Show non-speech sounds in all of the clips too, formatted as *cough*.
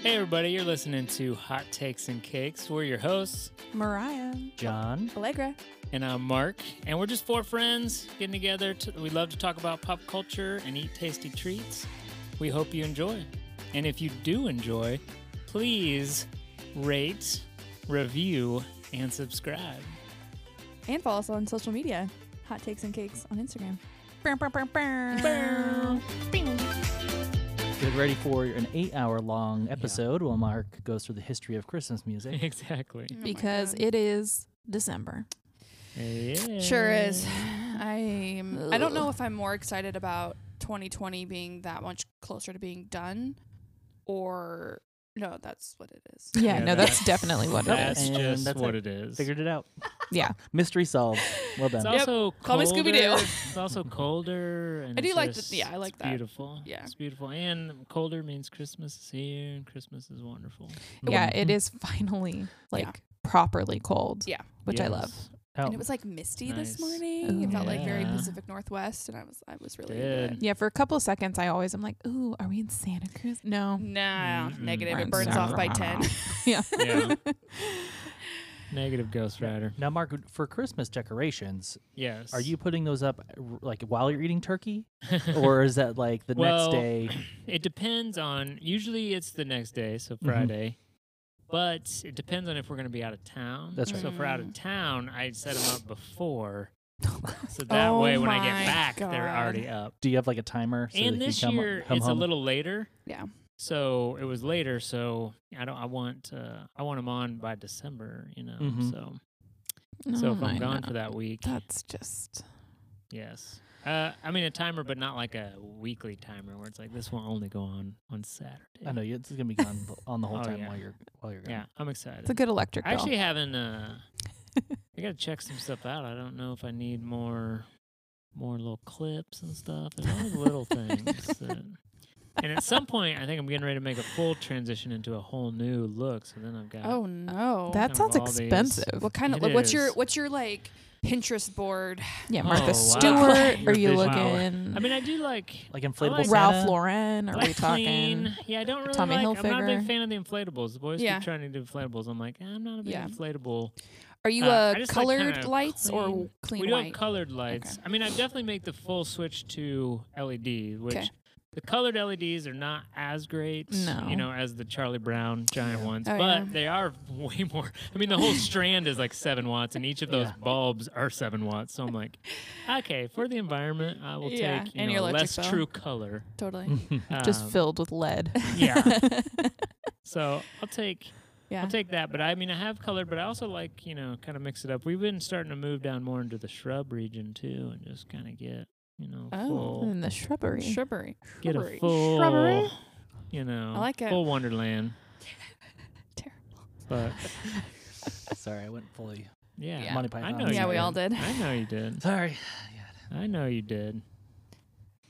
Hey, everybody, you're listening to Hot Takes and Cakes. We're your hosts, Mariah. John. Allegra. and I'm Mark, and we're just four friends getting together. To, we love to talk about pop culture and eat tasty treats. We hope you enjoy. And if you do enjoy, please rate, review, and subscribe. *laughs* And follow us on social media. Hot takes and cakes on Instagram. Oh Brr, brr, brr, brr. Oh Get ready for an eight hour long episode while Mark goes through the history of Christmas music. Exactly. because it is December. Yeah. Sure is. *sighs* I I don't know if I'm more excited about 2020 being that much closer to being done, or no, that's what it is. Yeah, Yeah, no, that's, that's- definitely what *laughs* it That's is. Oh, And just that's what it. it is. Figured it out. *laughs* Yeah. Mystery solved. Well It's done. Yep. also Call me colder. Scooby-Doo. *laughs* it's also colder. And I do it's like the- just- yeah, I like it's that. Beautiful. Yeah. it's beautiful. And colder means Christmas is here, and Christmas is wonderful. Yeah, it is finally like properly cold. Yeah. Which I love. Yes. Oh, And it was like misty Nice. this morning. Ooh. it felt like very Yeah. Pacific Northwest, and I was I was really Did. into it. Yeah, for a couple of seconds I always am like, ooh, are we in Santa Cruz? No. Nah, Mm-mm. negative. Right, It burns so- off *laughs* by ten. Yeah. Negative Ghost Rider. now, Mark, for Christmas decorations, Yes. *laughs* are you putting those up r- like while you're eating turkey? Or is that like the Well, next day? It depends on. Usually it's the next day, so Mhm. Friday. But it depends on if we're going to be out of town. That's right. So if we're out of town, I set them up before, so that Oh way when I my get back, they're God. already up. Do you have like a timer? So and that you this come, year come it's home? a little later. Yeah. So it was later. So I don't. I want. Uh, I want them on by December. You know. Mhm. So so Oh if I'm my gone God. for that week, That's just yes. Uh, I mean a timer, but not like a weekly timer where it's like this will only go on on Saturday. I know you- it's gonna be gone b- on the whole *laughs* Oh, time yeah. while you're while you're gone. Yeah, I'm excited. it's a good electric I bill. actually haven't. *laughs* Uh, I gotta check some stuff out. I don't know if I need more, more little clips and stuff. There's always little things. *laughs* That, and at some point, I think I'm getting ready to make a full transition into a whole new look. So then I've got. Oh no. that of sounds all these- expensive. what kind of It like, what's your is. what's your like Pinterest board? Yeah, Oh, Martha wow. Stewart. Your Are you vision. looking I mean, I do like. Like inflatable like Ralph Santa? Lauren? Are like we talking clean. Yeah, I don't really Tommy like. I'm not a big Hilfiger? fan of the inflables. The boys Yeah. keep trying to do inflatables. I'm like, eh, I'm not a big Yeah. inflatable. Are you Uh, uh, I just like colored kinda lights or clean. clean we do white? have colored lights. I mean, I definitely make the full switch to LED, which 'Kay. the colored LEDs are not as great, No. you know, as the Charlie Brown giant ones, Oh, but yeah. they are *laughs* way more. I mean, the whole strand is like seven watts, and each *laughs* of those Yeah. bulbs are seven watts. So I'm like, okay, for the environment, I will Yeah, take you and know, your less electric bill. true color. totally. just Um, filled with lead? *laughs* yeah. So I'll take Yeah. I'll take that, but I mean, I have colored, but I also like, you know, kind of mix it up. We've been starting to move down more into the shrub region too, and just kind of get, you know, Oh, full, in the shrubbery. Shrubbery. get a shrubbery. full, Shrubbery? Oh, you know, I like it. full Wonderland. *laughs* Terrible. But *laughs* Sorry, I went fully. yeah, *laughs* Monty I Python. know. Yeah, you we all did. *laughs* I know you did. Sorry. I know you did.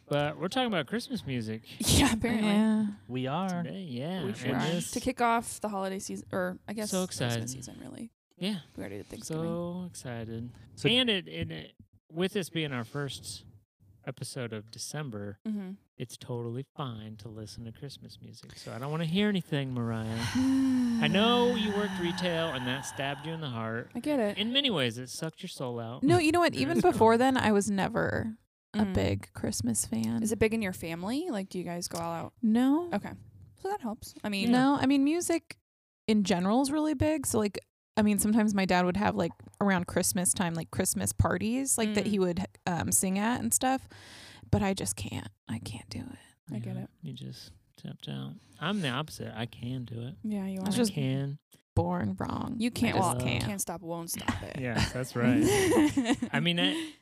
But we're talking about Christmas music Yeah, apparently. Yeah. We are. today. Yeah, We and sure are. this- To kick off the holiday season, or I guess So excited. Christmas season, really. yeah, We already did Thanksgiving. so excited. So- and it, and it, with this being our first episode of December. Mm-hmm. *sighs* it's totally fine to listen to Christmas music. So I don't want to hear anything, Mariah. mm-hmm. I know you worked retail and that stabbed you in the heart. I get it. In many ways, it sucked your soul out. Uh, No, you know what? It Even is fun. before then, I was never a Mm. big Christmas fan. Is it big in your family? Like, do you guys go all out? no? Okay. So that helps. I mean, No, I mean music in general is really big. So like I mean sometimes my dad would have like around Christmas time like Christmas parties like that Mm. he would um sing at and stuff. But I just can't. I can't do it. I get it. You just tapped out. I'm the opposite. I can do it. Yeah, you It's want I just- can. Born wrong. You can't I just walk. Can't. Can't stop, won't stop *laughs* it. Yeah, *laughs* that's right. I mean, it,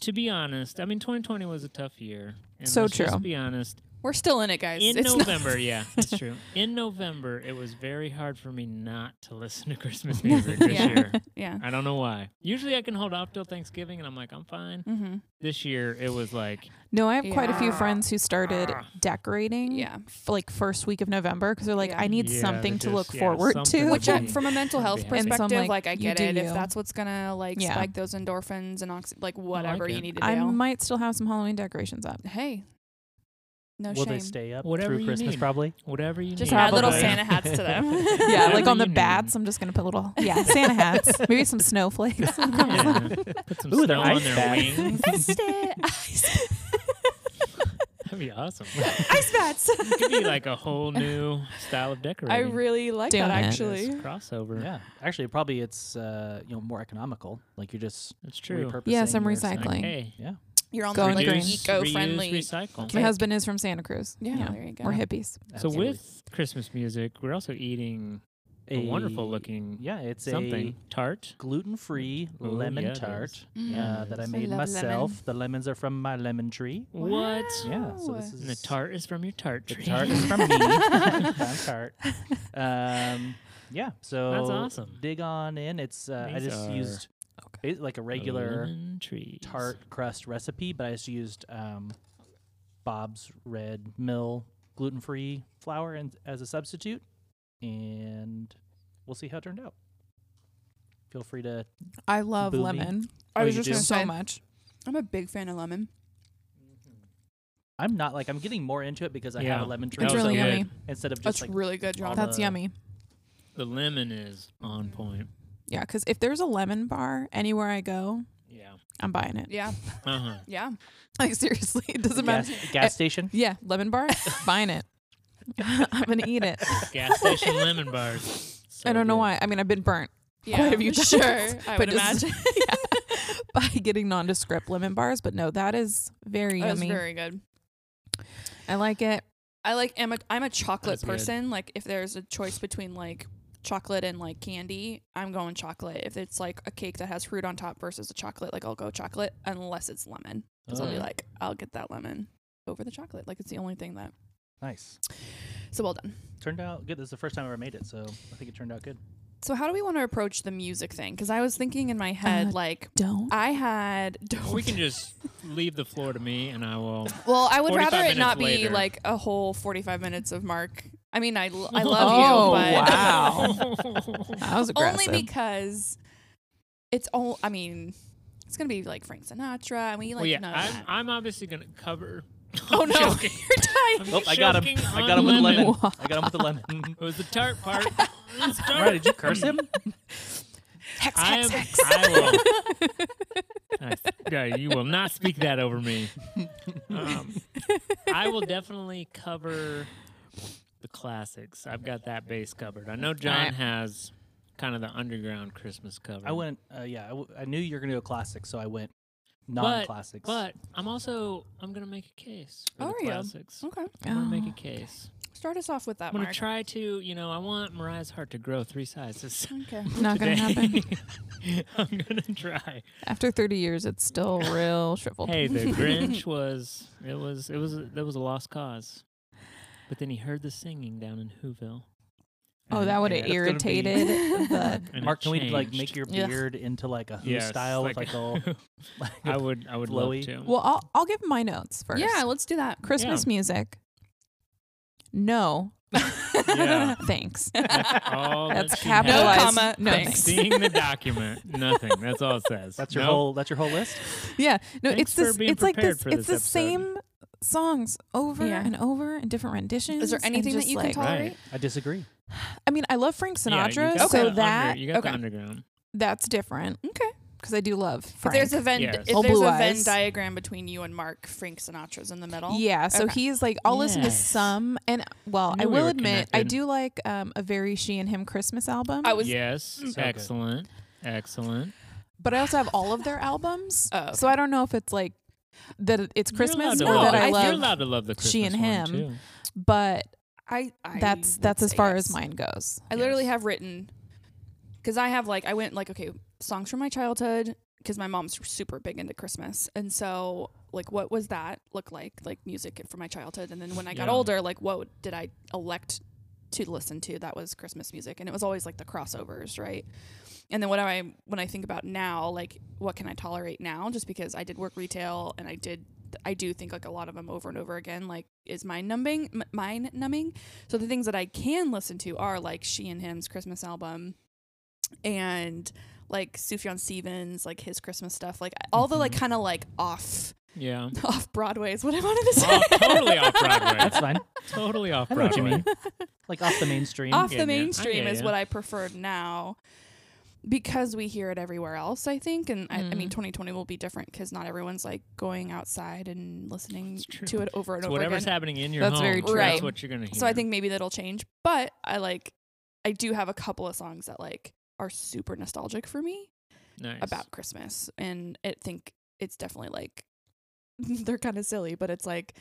to be honest, I mean, 2020 was a tough year. And So let's Just true. be honest. We're still in it, guys. In It's not- November, yeah, that's true. In November, it was very hard for me not to listen to Christmas music this Yeah. *laughs* year. *laughs* yeah. I don't know why. Usually I can hold off till Thanksgiving and I'm like, I'm fine. Mm-hmm. This year it was like, No, I have quite a few Yeah. friends who started Ah. decorating Yeah. f- like first week of November because they're like Yeah. I need Yeah, something they to look just- yeah, forward something to. would Which, I, be- from a mental health Yeah. And so I'm perspective, like, like, I you get do it. you. If that's what's gonna like Yeah. spike those endorphins and oxy- like whatever like you it. need to do. I might still have some Halloween decorations up. hey, No Will shame. they *laughs* stay up Whatever through you Christmas? need. Probably. Whatever you Just need. add little Probably. Santa hats to *laughs* them. *laughs* Yeah, like Whatever on the you need. bats, I'm just gonna put little *laughs* yeah Santa hats, maybe some *laughs* snowflakes. *laughs* Yeah. *laughs* Put some Ooh, they're snow on ice their bags. wings. Stay- That'd be *laughs* awesome. *laughs* Ice bats. it could be like a whole new style of I decorating. really like Doing that it. This actually. crossover. Yeah, actually, probably it's uh, you know more economical. Like you're just That's true. repurposing. Yeah, some your- recycling. Like, hey, You're on Going the like, green. eco-friendly. reuse, recycle. *laughs* My husband is from Santa Cruz. yeah, there you go. we're hippies. So Absolutely. with Christmas music, we're also eating a, wonderful looking Yeah, it's something a tart. gluten-free Ooh, lemon yeah, it tart Mm. uh, that I Yes. I made love myself. lemon. The lemons are from my lemon tree. What? Yeah, so this Wow. is And the tart is from your tart The tree. tart is *laughs* from me. I'm tart. Um, yeah, so awesome. Dig on in. It's uh, I These just are- used it, like a regular Lemon trees. tart crust recipe, but I just used um, Bob's Red Mill gluten-free flour and, as a substitute, and we'll see how it turned out. Feel free to. I love Booby. lemon I Oh, was you just do? gonna so say, much. I'm a big fan of lemon. Mm-hmm. I'm not like I'm getting more into it because I Yeah. have a lemon tree That It's was really good. yummy. instead of That's just like really good, John. all That's the- yummy. The lemon is on point. Yeah, because if there's a lemon bar anywhere I go, Yeah. I'm buying it. yeah, Uh *laughs* huh. yeah. *laughs* Like seriously, it doesn't gas, matter. gas station. Yeah, lemon bar, buying it. *laughs* I'm gonna eat it. *laughs* Gas station lemon bars. So I don't know good. why. I mean, I've been burnt yeah. quite a few times. Sure, I would just- *laughs* imagine. yeah, by getting nondescript lemon bars, but no, that is very That was yummy. very good. I like it. I like I'm a I'm a chocolate That's good. person. Like if there's a choice between like chocolate and like candy, I'm going chocolate. If it's like a cake that has fruit on top versus a chocolate, like I'll go chocolate unless it's lemon. Because I'll be Uh, Oh. like, I'll get that lemon over the chocolate. Like it's the only thing that Nice. so well done. Turned out good. This is the first time I ever made it, so I think it turned out good. So how do we want to approach the music thing? Because I was thinking in my head, Uh, like Don't. I had *laughs* We can just leave the floor to me and I will. Well, I would 45 rather it minutes not be later. like a whole 45 minutes of Mark. I mean, I, *laughs* l- I love Oh, you, but *laughs* wow. That was aggressive. only because it's all. I mean, it's gonna be like Frank Sinatra, and we like well, yeah, know I'm, that. I'm obviously going to cover. *laughs* *laughs* Oh I'm no, joking. you're dying. I'm Oh, I got him. choking I on got him with the lemon. lemon. I got him with the lemon. *laughs* It was the tart part. *laughs* It's tart. Right, did you *laughs* curse him? Hex, I am. *laughs* hex, hex. I *laughs* will. I- yeah, you will not speak that over me. Um, I will definitely cover the classics. I've got that base covered. I know John Alright. has kind of the underground Christmas cover. I went. Uh, yeah, I, w- I knew you were gonna go classics, so I went non-classics. but I'm also I'm gonna make a case for Are the you? classics. Okay, I'm gonna Oh. make a case. start us off with that, I'm gonna Mark. try to, you know, I want Mariah's heart to grow three sizes. okay, Not gonna happen. *laughs* I'm gonna try. After 30 years, it's *laughs* still real shriveled. Hey, the Grinch was it was it was that was a lost cause. But then he heard the singing down in Whoville. oh, And that it- would have and it- irritated *laughs* the. and it Mark, can we like make changed. your Ugh. beard into like a Who Yes, style with like like- a *laughs* I would I would flowy? love to. Well, I'll, I'll give my notes first. yeah, let's do that. Christmas music. No. Yeah. *laughs* *laughs* Thanks. All That's that she capitalized. has. No comma, No Thanks. thanks. Seeing the *laughs* document, nothing. That's all it says. that's your No? whole that's your whole list. Yeah. No, Thanks it's for this. being It's like prepared this. for It's the this episode. same songs over Yeah. and over in different renditions. Is there and anything that just, you can like- tolerate? Right. I disagree. *laughs* I mean, I love Frank Yeah, you Sinatra, got so the under- that you got okay. the underground. that's different Okay, because I do love if Frank. there's a Venn, Yes. if Oh, there's a Blue Venn Eyes. diagram between you and Mark, Frank Sinatra's in the middle. Yeah, so Okay. he's like, I'll listen to Yes. some, and well, I I, knew we will were admit, I connected. do like um, a very she and him Christmas album, I was. Yes, good. excellent, excellent. but I also have all of their albums, *laughs* Oh, so I don't know if it's like that it's Christmas You're or allowed to No, love that it. I I You're love, allowed to love the Christmas She and one, Him. too. but I, I that's would that's as say far yes. as mine goes. I literally Yes. have written because I have like I went like okay songs from my childhood because my mom's super big into Christmas and so like what was that look like like music from my childhood and then when I got Yeah. older like what did I elect to listen to that was Christmas music and it was always like the crossovers right and then what I when I think about now like what can I tolerate now just because I did work retail and I did I do think like a lot of them over and over again like is mind numbing m- mind numbing so the things that I can listen to are like She and Him's Christmas album Mm-hmm. and like Sufjan Stevens, like his Christmas stuff, like all the like kind of like off *laughs* Yeah. Off Broadway is what I wanted to say. Oh, totally off Broadway. That's fine. Totally off I know Broadway. what you mean. *laughs* Like off the mainstream. *laughs* Off Yeah, the yeah. I mainstream hear is ya. what I prefer now because we hear it everywhere else, I think. And I, I Mm. mean, Mhm. 2020 will be different because not everyone's like going outside and listening true. to it over and So over whatever's again. happening in your That's home, very true. that's Right. what you're gonna hear. So I think maybe that'll change. But I like, I do have a couple of songs that like are super nostalgic for me nice. about Christmas, and I think it's definitely like *laughs* they're kind of silly, but it's like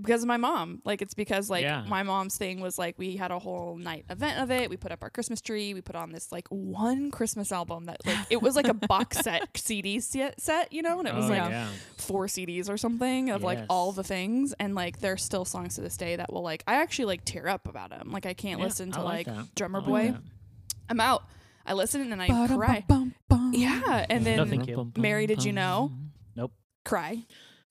because of my mom. Like it's because like Yeah. my mom's thing was like we had a whole night event of it. We put up our Christmas tree. We put on this like one Christmas album that like it was like *laughs* a box set CD set, set you know, and it was Oh, like yeah. four CDs or something of like Yes. all the things, and like there's still songs to this day that will like I actually like tear up about them. Like I can't Yeah, listen I to like like, that. Drummer I Oh, like Boy. that. I'm out. I listen and I cry. Ba-dum-bum-bum-bum. Yeah, and then No, thank you. Mary, did you know? cry.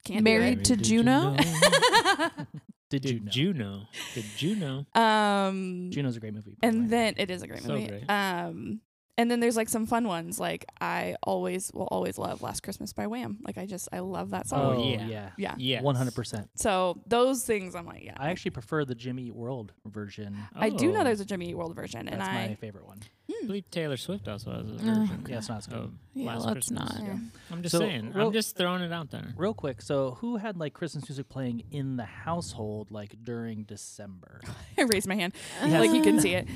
Can't Mary Mary. to Juno? *laughs* Did Did you you Juno? know? Did Juno? Um, Juno's a great movie. by the way. and then it is a great So movie. great. Um, and then there's like some fun ones. Like I always will always love "Last Christmas" by Wham. Like I just I love that song. Oh, oh, yeah. yeah, Yeah. Yeah. one hundred percent. So those things I'm like, yeah. I actually prefer the Jimmy Eat World version. I do know Oh. there's a Jimmy Eat World version, That's and I my favorite *laughs* one. I believe Taylor Swift also has a Oh, version. Yeah, it's not as good. of Yeah, Last let's Christmas. not. Yeah. I'm just So, saying. real- I'm just throwing it out there. Real quick, so who had like Christmas music playing in the household like during December? *laughs* I raised my hand, Yes. like you can see it.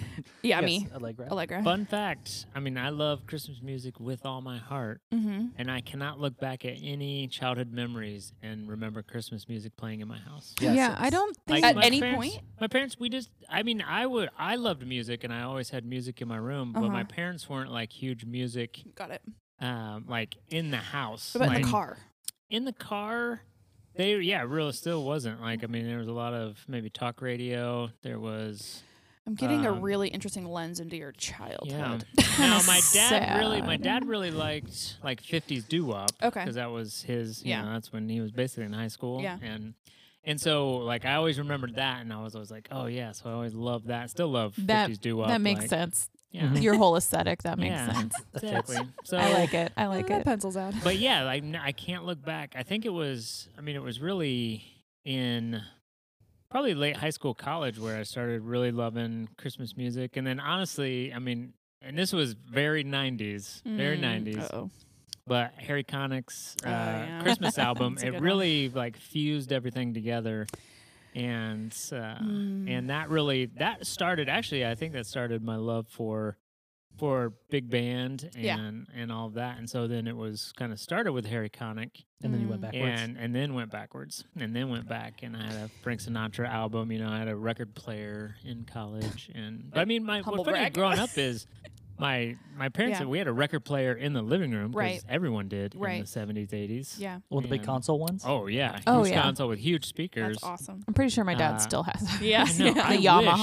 Yeah, yes, me, Allegra. Allegra. Fun fact. I mean, I love Christmas music with all my heart, mm-hmm. and I cannot look back at any childhood memories and remember Christmas music playing in my house. Yes, yeah, it's- I don't Like, think At my any parents- point? my parents, we just, I mean, I would, I loved music, and I always had music in my room, but my Uh-huh. parents weren't like huge music, Got it. um, like in the house. What about in Like, the car? in the car they yeah really still wasn't like i mean there was a lot of maybe talk radio there was I'm getting a um, really interesting lens into *laughs* your childhood. now my dad really my Sad. dad really liked like 50s doo-wop Okay. because that was his you Yeah. know that's when he was basically in high school Yeah. and and so like i always remembered that and i was always like oh yeah so i always loved that still love that 50s doo-wop that makes like, sense. yeah *laughs* Your whole aesthetic that makes Yeah. sense. *laughs* exactly so uh, I like it. I Oh, like that it. pencils out. but yeah, like n- I can't look back. I think it was. I mean, it was really in probably late high school, college, where I started really loving Christmas music. And then honestly, I mean, and this was very '90s, very '90s. Oh, But Harry Connick's uh, Oh, yeah. *laughs* Christmas album, That's a good it one. really like fused everything together. And uh, Hmm. and that really that started actually I think that started my love for for big band and Yeah. and all of that. And so then it was kind of started with Harry Connick And then you went Mm. backwards. and and then went backwards and then went back and I had a Frank Sinatra album. You know, I had a record player in college and but I mean my Humble what's funny brag. growing up *laughs* is my my parents Yeah. we had a record player in the living room because Right. everyone did in Right. the seventies eighties. yeah, one of the big and- console ones. Oh yeah. Oh, Huge yeah. console with huge speakers. that's awesome. I'm pretty sure my dad Uh, still has that. Yeah. I know. *laughs* Yeah. I A wish Yamaha.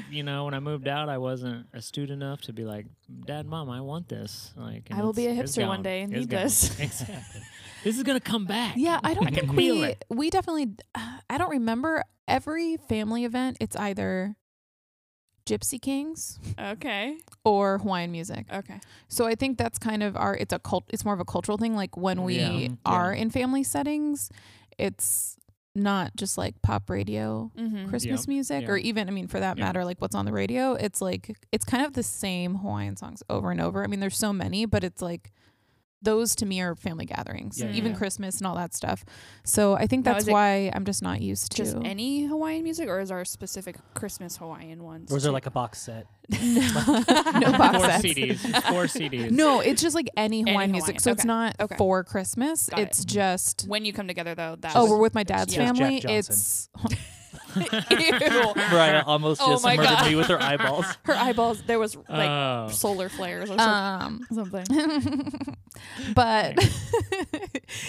I, you know, when I moved out, I wasn't astute enough to be like, Dad, Mom, I want this. Like, and I will it's- be a it's hipster one gone. day and It's need gone. *laughs* this. exactly. This is gonna come back. *laughs* Yeah, I don't I can think feel we it. we definitely uh, I don't remember every family event. It's either Gypsy Kings Okay, or Hawaiian music. okay. So I think that's kind of our it's a cult it's more of a cultural thing like when we Yeah. are in family settings, it's not just like pop radio Mm-hmm. Christmas music yeah. or even I mean for that Yeah. matter like what's on the radio, it's like it's kind of the same Hawaiian songs over and over. I mean there's so many, but it's like those to me are family gatherings, Yeah, even yeah. Christmas and all that stuff. So I think Now, that's is it why I'm just not used to *laughs* Just any Hawaiian music, or is our specific Christmas Hawaiian ones? Or was too? there like a box *laughs* set? *laughs* no box four sets. CDs. It's Four CDs. No, it's just like any Hawaiian, Hawaiian, music. So it's okay, not okay. for Christmas. Got it. it's just when you come together though? That Oh, was- we're with my dad's Just Jack family. It's Johnson. Ew. Mariah almost Oh just my murdered God. me with her eyeballs. *laughs* Her eyeballs. There was like *laughs* Oh. solar flares or something. um something. *laughs* but I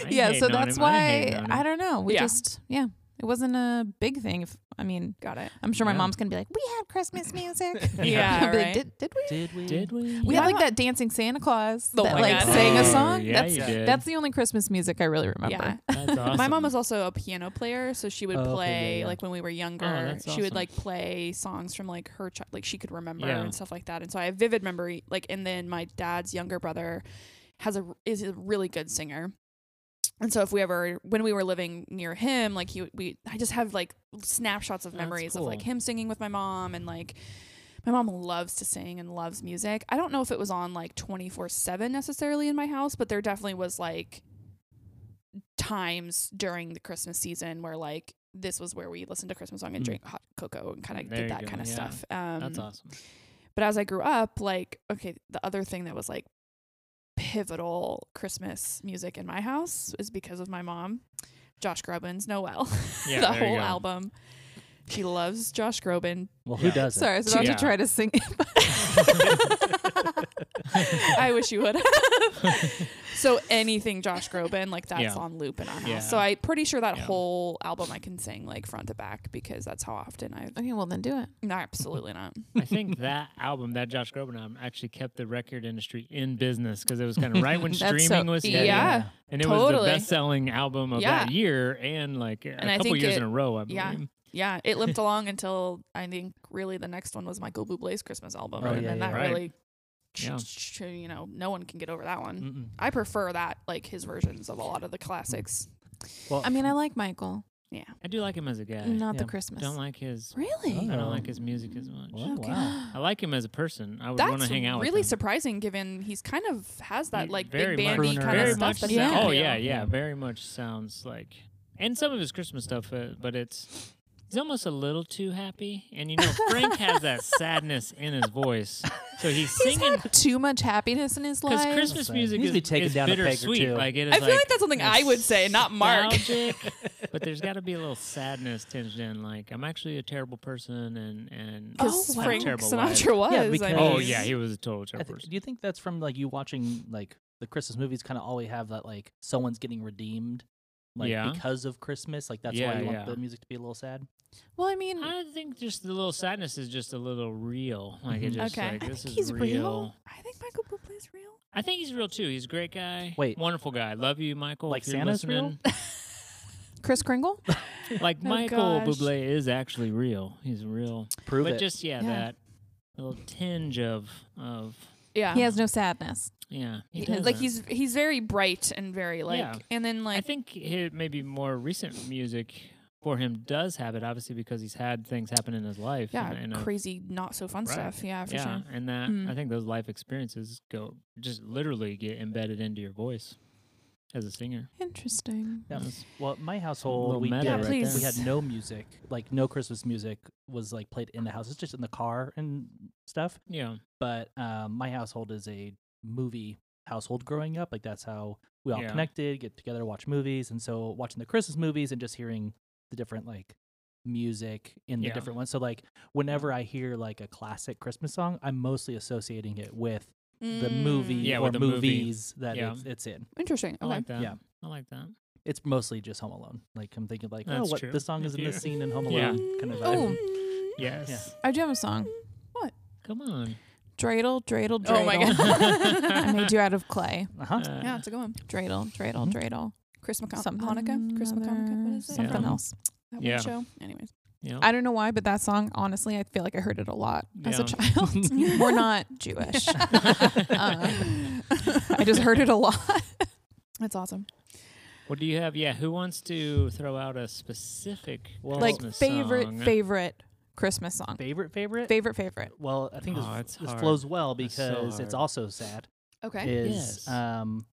yeah, hate so knowing that's him. I hate why knowing I him. don't know. We Yeah. just yeah. It wasn't a big thing if I mean Got it. I'm sure my Yeah. mom's gonna be like, We had Christmas music. Yeah, I'll be like, right. did, did we? Did we? Did we? We Yeah, had like I'm- that dancing Santa Claus Oh that my like God. sang a Oh, song. Yeah, that's you did. that's the only Christmas music I really remember. Yeah. That's awesome. *laughs* My mom was also a piano player, so she would Oh, okay, yeah, play yeah. like when we were younger. Oh, that's she would awesome. like play songs from like her chi- like she could remember Yeah. and stuff like that. And so I have vivid memory. Like, and then my dad's younger brother has a is a really good singer. and so if we ever when we were living near him like he would- we i just have like snapshots of That's memories of like cool. him singing with my mom and like my mom loves to sing and loves music i don't know if it was on like 24/7 necessarily in my house but there definitely was like times during the christmas season where like this was where we listened to christmas song and Mm. drank hot cocoa and kind of Hmm. There you did that go, kind of yeah. stuff um That's *laughs* awesome. but as I grew up, like, okay, the other thing that was like pivotal Christmas music in my house is because of my mom, Josh Groban's Noel. *laughs* Yeah, the there you whole go. album. She loves Josh Groban. Well, Yeah. who *laughs* doesn't? Sorry, I was about Yeah. to try to sing. I wish you would have. so anything Josh Groban, like that's Yeah. on loop in our house. Yeah. So I'm pretty sure that Yeah. whole album I can sing like front to back because that's how often *laughs* I've okay, well then do it. no, absolutely not. *laughs* I think that album, that Josh Groban album, actually kept the record industry in business because it was kind of right *laughs* when That's so- streaming was Yeah. hitting, and it was totally. the best-selling album of Yeah. that year, and like a I couple think years it- in a row. I believe. yeah. Yeah, it limped along until I think really the next one was Michael Bublé's Christmas album, Oh, and yeah, then yeah. that Right. really, ch- Yeah. Mm. ch- ch- you know, no one can get over that one. Mm-mm. I prefer that like his versions of a lot of the classics. Mm. Well, I mean, I like Michael, I do like him as a guy. not the Yeah. Christmas. Don't like his. really? I Oh. don't like his music as much. *laughs* *laughs* well, wow. I like him as a person. I would want to That's hang out really with him. surprising, given he's kind of has that He like very big bandy much- kind very of stuff. much That so. he Yeah. can Oh do. yeah, yeah, Yeah. very much sounds like, and some of his Christmas stuff, uh, but it's he's almost a little too happy, and you know Frank has that *laughs* sadness in his voice, so he's He's singing had too much happiness in his because life. Christmas Sad. music Needs is, to be taken is down a peg or bittersweet. two. Like it is I feel like that's something I would say, not Mark. *laughs* nostalgic, but there's got to be a little sadness tinged in. Like I'm actually a terrible person, and and Because Oh, wow. Frank Terrible Sinatra was. Yeah, I because- mean- oh yeah, he was a total I terrible th- person. do you think that's from like you watching like the Christmas movies? Kind of always have that like someone's getting redeemed, like Yeah. because of Christmas. Like that's Yeah, why you yeah. want the music to be a little sad. Well, I mean, I think just the little sadness is just a little real. Like it Mhm. just Mm-hmm. Okay. like I this think is he's real. I think Michael Bublé's real. I think he's real too. He's a great guy. Wait. wonderful guy. Love you, Michael. Like if you're Santa's listening. Chris *laughs* Kringle. *laughs* like Oh, Michael gosh. Bublé is actually real. He's real. Prove but it. just yeah, Yeah. that little tinge of of Yeah, He has no sadness. yeah. he He- like doesn't. he's he's very bright and very like, Yeah. and then like I think hi maybe more recent music for him does have it, obviously because he's had things happen in his life. yeah, and, and a- crazy, not so fun Right. stuff. Yeah, for yeah, sure. and that Mm. I think those life experiences go just literally get embedded into your voice as a singer. Interesting. Yeah. That's- Well, my household, little we meta did, Yeah, right we please. had *laughs* no music, like no Christmas music was like played in the house. It's just in the car and stuff. Yeah, But um, my household is a movie household growing up. Like that's how we all Yeah. connected, get together, watch movies, and so watching the Christmas movies and just hearing the different like music in the Yeah. different ones. So like whenever I hear like a classic Christmas song, I'm mostly associating it with the movie Mm. Yeah, or with the movie. movies that Yeah. it's, it's in. Mm. Interesting. I Okay. like that. Yeah. I like that. it's mostly just Home Alone. Like I'm thinking, like, oh, That's what true. this song is If in this you- scene in Home Yeah. Alone, kind of vibe. Oh, Yes. I do have a song. Come on. Dreidel, dreidel, dreidel. Oh my *laughs* *laughs* I god. *laughs* made you out of clay. Uh-huh. Uh, yeah, it's a good one. Dreidel, dreidel, Mm-hmm. Mhm. dreidel. Chris McCon- Something Hanukkah. Chris other- McConaughey. What is that? Something Yeah. else. That Yeah. one show. Anyways. yeah. I don't know why, but that song, honestly, I feel like I heard it a lot *laughs* as a Yeah. *laughs* child. We're not Jewish. *laughs* Um, I just heard it a lot. That's awesome. What do you have? Yeah, who wants to throw out a specific Well- like Christmas favorite, song? favorite Christmas song. Favorite, favorite. Favorite, favorite. well, I think Aw, this, it's this hard. flows well That's so because it's hard. also sad. Okay. Is Yes. um,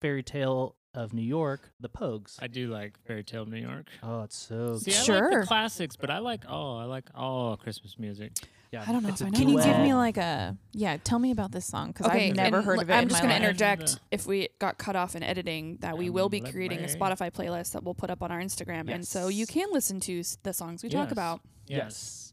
Fairy Tale of New York, The Pogues. I do like Fairy Tale of New York. oh, it's so. See, good. I like Sure. the classics, but I like all. I like all Christmas music. Yeah, I don't know it's if a I know Can you give duet. me like a yeah? Tell me about this song because Okay, I've never and heard l- of it. I'm in just my going to life. interject if we got cut off in editing that we will be Um, let creating a me- Spotify playlist that we'll put up on our Instagram. And so you Yes. can listen to s- the songs we talk Yes. about. Yes.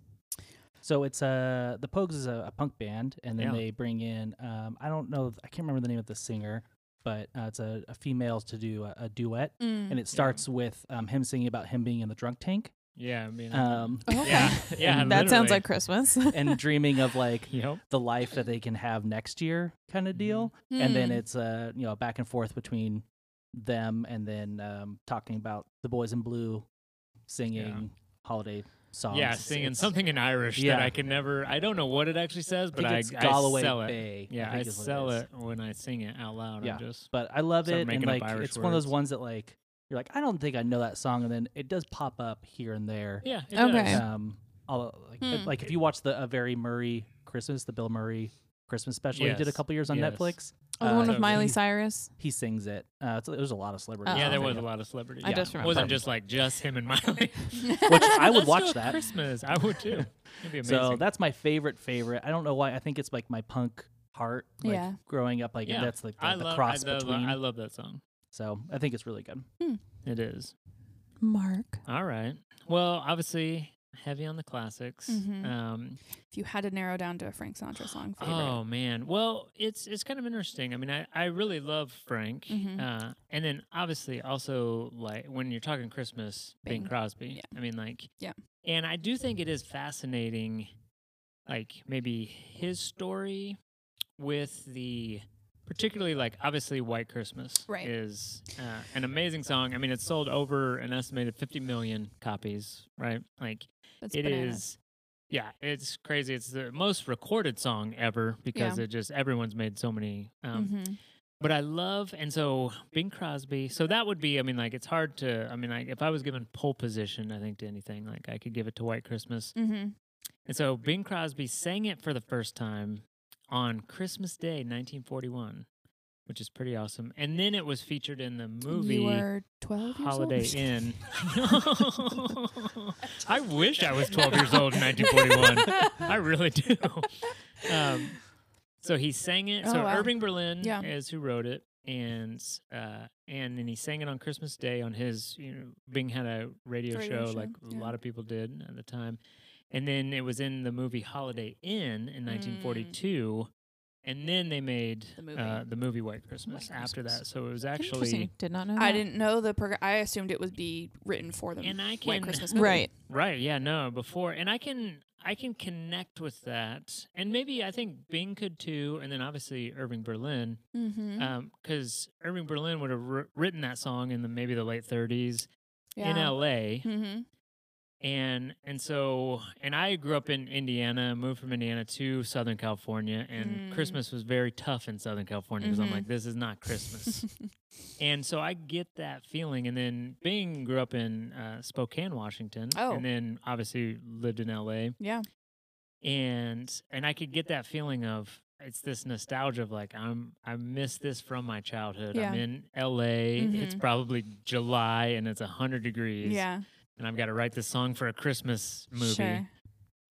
So it's uh the Pogues is a, a punk band, and then Yeah. they bring in um I don't know I can't remember the name of the singer, but uh, it's a, a female to do a, a duet, and it starts with um, him singing about him being in the drunk tank, Yeah. I mean, um, Okay. yeah. *laughs* Yeah. *laughs* that sounds literally. like Christmas. *laughs* and dreaming of like Yep. the life that they can have next year kind of deal, Mm-hmm. and then Mm. it's uh you know back and forth between them, and then um, talking about the boys in blue singing holiday songs. yeah, It's- singing it's- something in Irish Yeah. that I can never. I don't know what it actually says, I but think I, it's I Galway sell it. Bay. Yeah, think I, is what sell is. it when I sing it out loud. Yeah. I'm just But I love Start it, and making up like Irish it's one of those words. ones that like you're like I don't think I know that song, and then it does pop up here and there. yeah. It Okay. does. Um, all like, Hmm. like if you watch the a very Murray Christmas, the Bill Murray Christmas special he did a Yes, couple years on yes. Netflix. Oh, the one Uh, with Miley he- Cyrus. He sings it. Uh, so there's a lot of celebrities. Oh, yeah, that there okay. sing was a it. lot of celebrities. I yeah. just It remember. wasn't just like just him and *laughs* Miley. *laughs* Which I Let's do would watch a that. Christmas. I would too. It'd be amazing. So that's my favorite favorite. I don't know why. I think it's like my punk heart. Like Yeah. Growing up, like Yeah. that's like the, I the love cross I, love- between. I love that song. so I think it's really good. It is. Mark. All right. Well, obviously heavy on the classics. Mhm. Um, If you had to narrow down to a Frank Sinatra song favorite, Oh man, well it's it's kind of interesting. I mean, I, I really love Frank, Mhm. uh, and then obviously also like when you're talking Christmas, Bing, Bing. Crosby. Yeah. I mean, like Yeah. and I do think it is fascinating, like maybe his story with the particularly like obviously White Christmas Right. is uh, an amazing song. I mean, it's sold over an estimated 50 million copies, right? Like that's it bananas. is yeah it's crazy it's the most recorded song ever because it just everyone's made so many um Mhm. but i love and so bing crosby so that would be i mean like it's hard to i mean like if i was given pole position i think to anything like i could give it to white christmas Mhm. and so bing crosby sang it for the first time on christmas day 1941 which is pretty awesome and then it was featured in the movie You were twelve. *laughs* Holiday years old? Inn. *laughs* I wish I was 12 years old in 1941. I really do. *laughs* Um, so he sang it. So Oh, wow. Irving Berlin Yeah. is who wrote it, and uh, and then he sang it on Christmas Day on his. You know, Bing had a radio, Radio show, show, like yeah. a lot of people did at the time, and then it was in the movie Holiday Inn in 1942. And then they made Mm. The movie. Uh, the movie White Christmas after Christmas. that. So it was actually Interesting. Did not know. that. I didn't know the. Prog- I assumed it would be written for them. And I White can- Christmas movie. Right. Right. Yeah. No. Before, and I can I can connect with that, and maybe I think Bing could too, and then obviously Irving Berlin, Mm-hmm. Uh, because Irving Berlin would have wr- written that song in the maybe the late '30s yeah. in L.A. Mm-hmm. and and so and I grew up in Indiana, moved from Indiana to Southern California, and Mm. Christmas was very tough in Southern California because Mhm. I'm like, this is not *laughs* Christmas, and so I get that feeling. And then Bing grew up in uh, Spokane, Washington, Oh. and then obviously lived in L.A. Yeah. and and I could get that feeling of it's this nostalgia of like I'm I miss this from my childhood. Yeah. I'm in L.A. It's Mhm. probably July and it's hundred degrees Yeah. and I've got to write this song for a Christmas movie. Sure.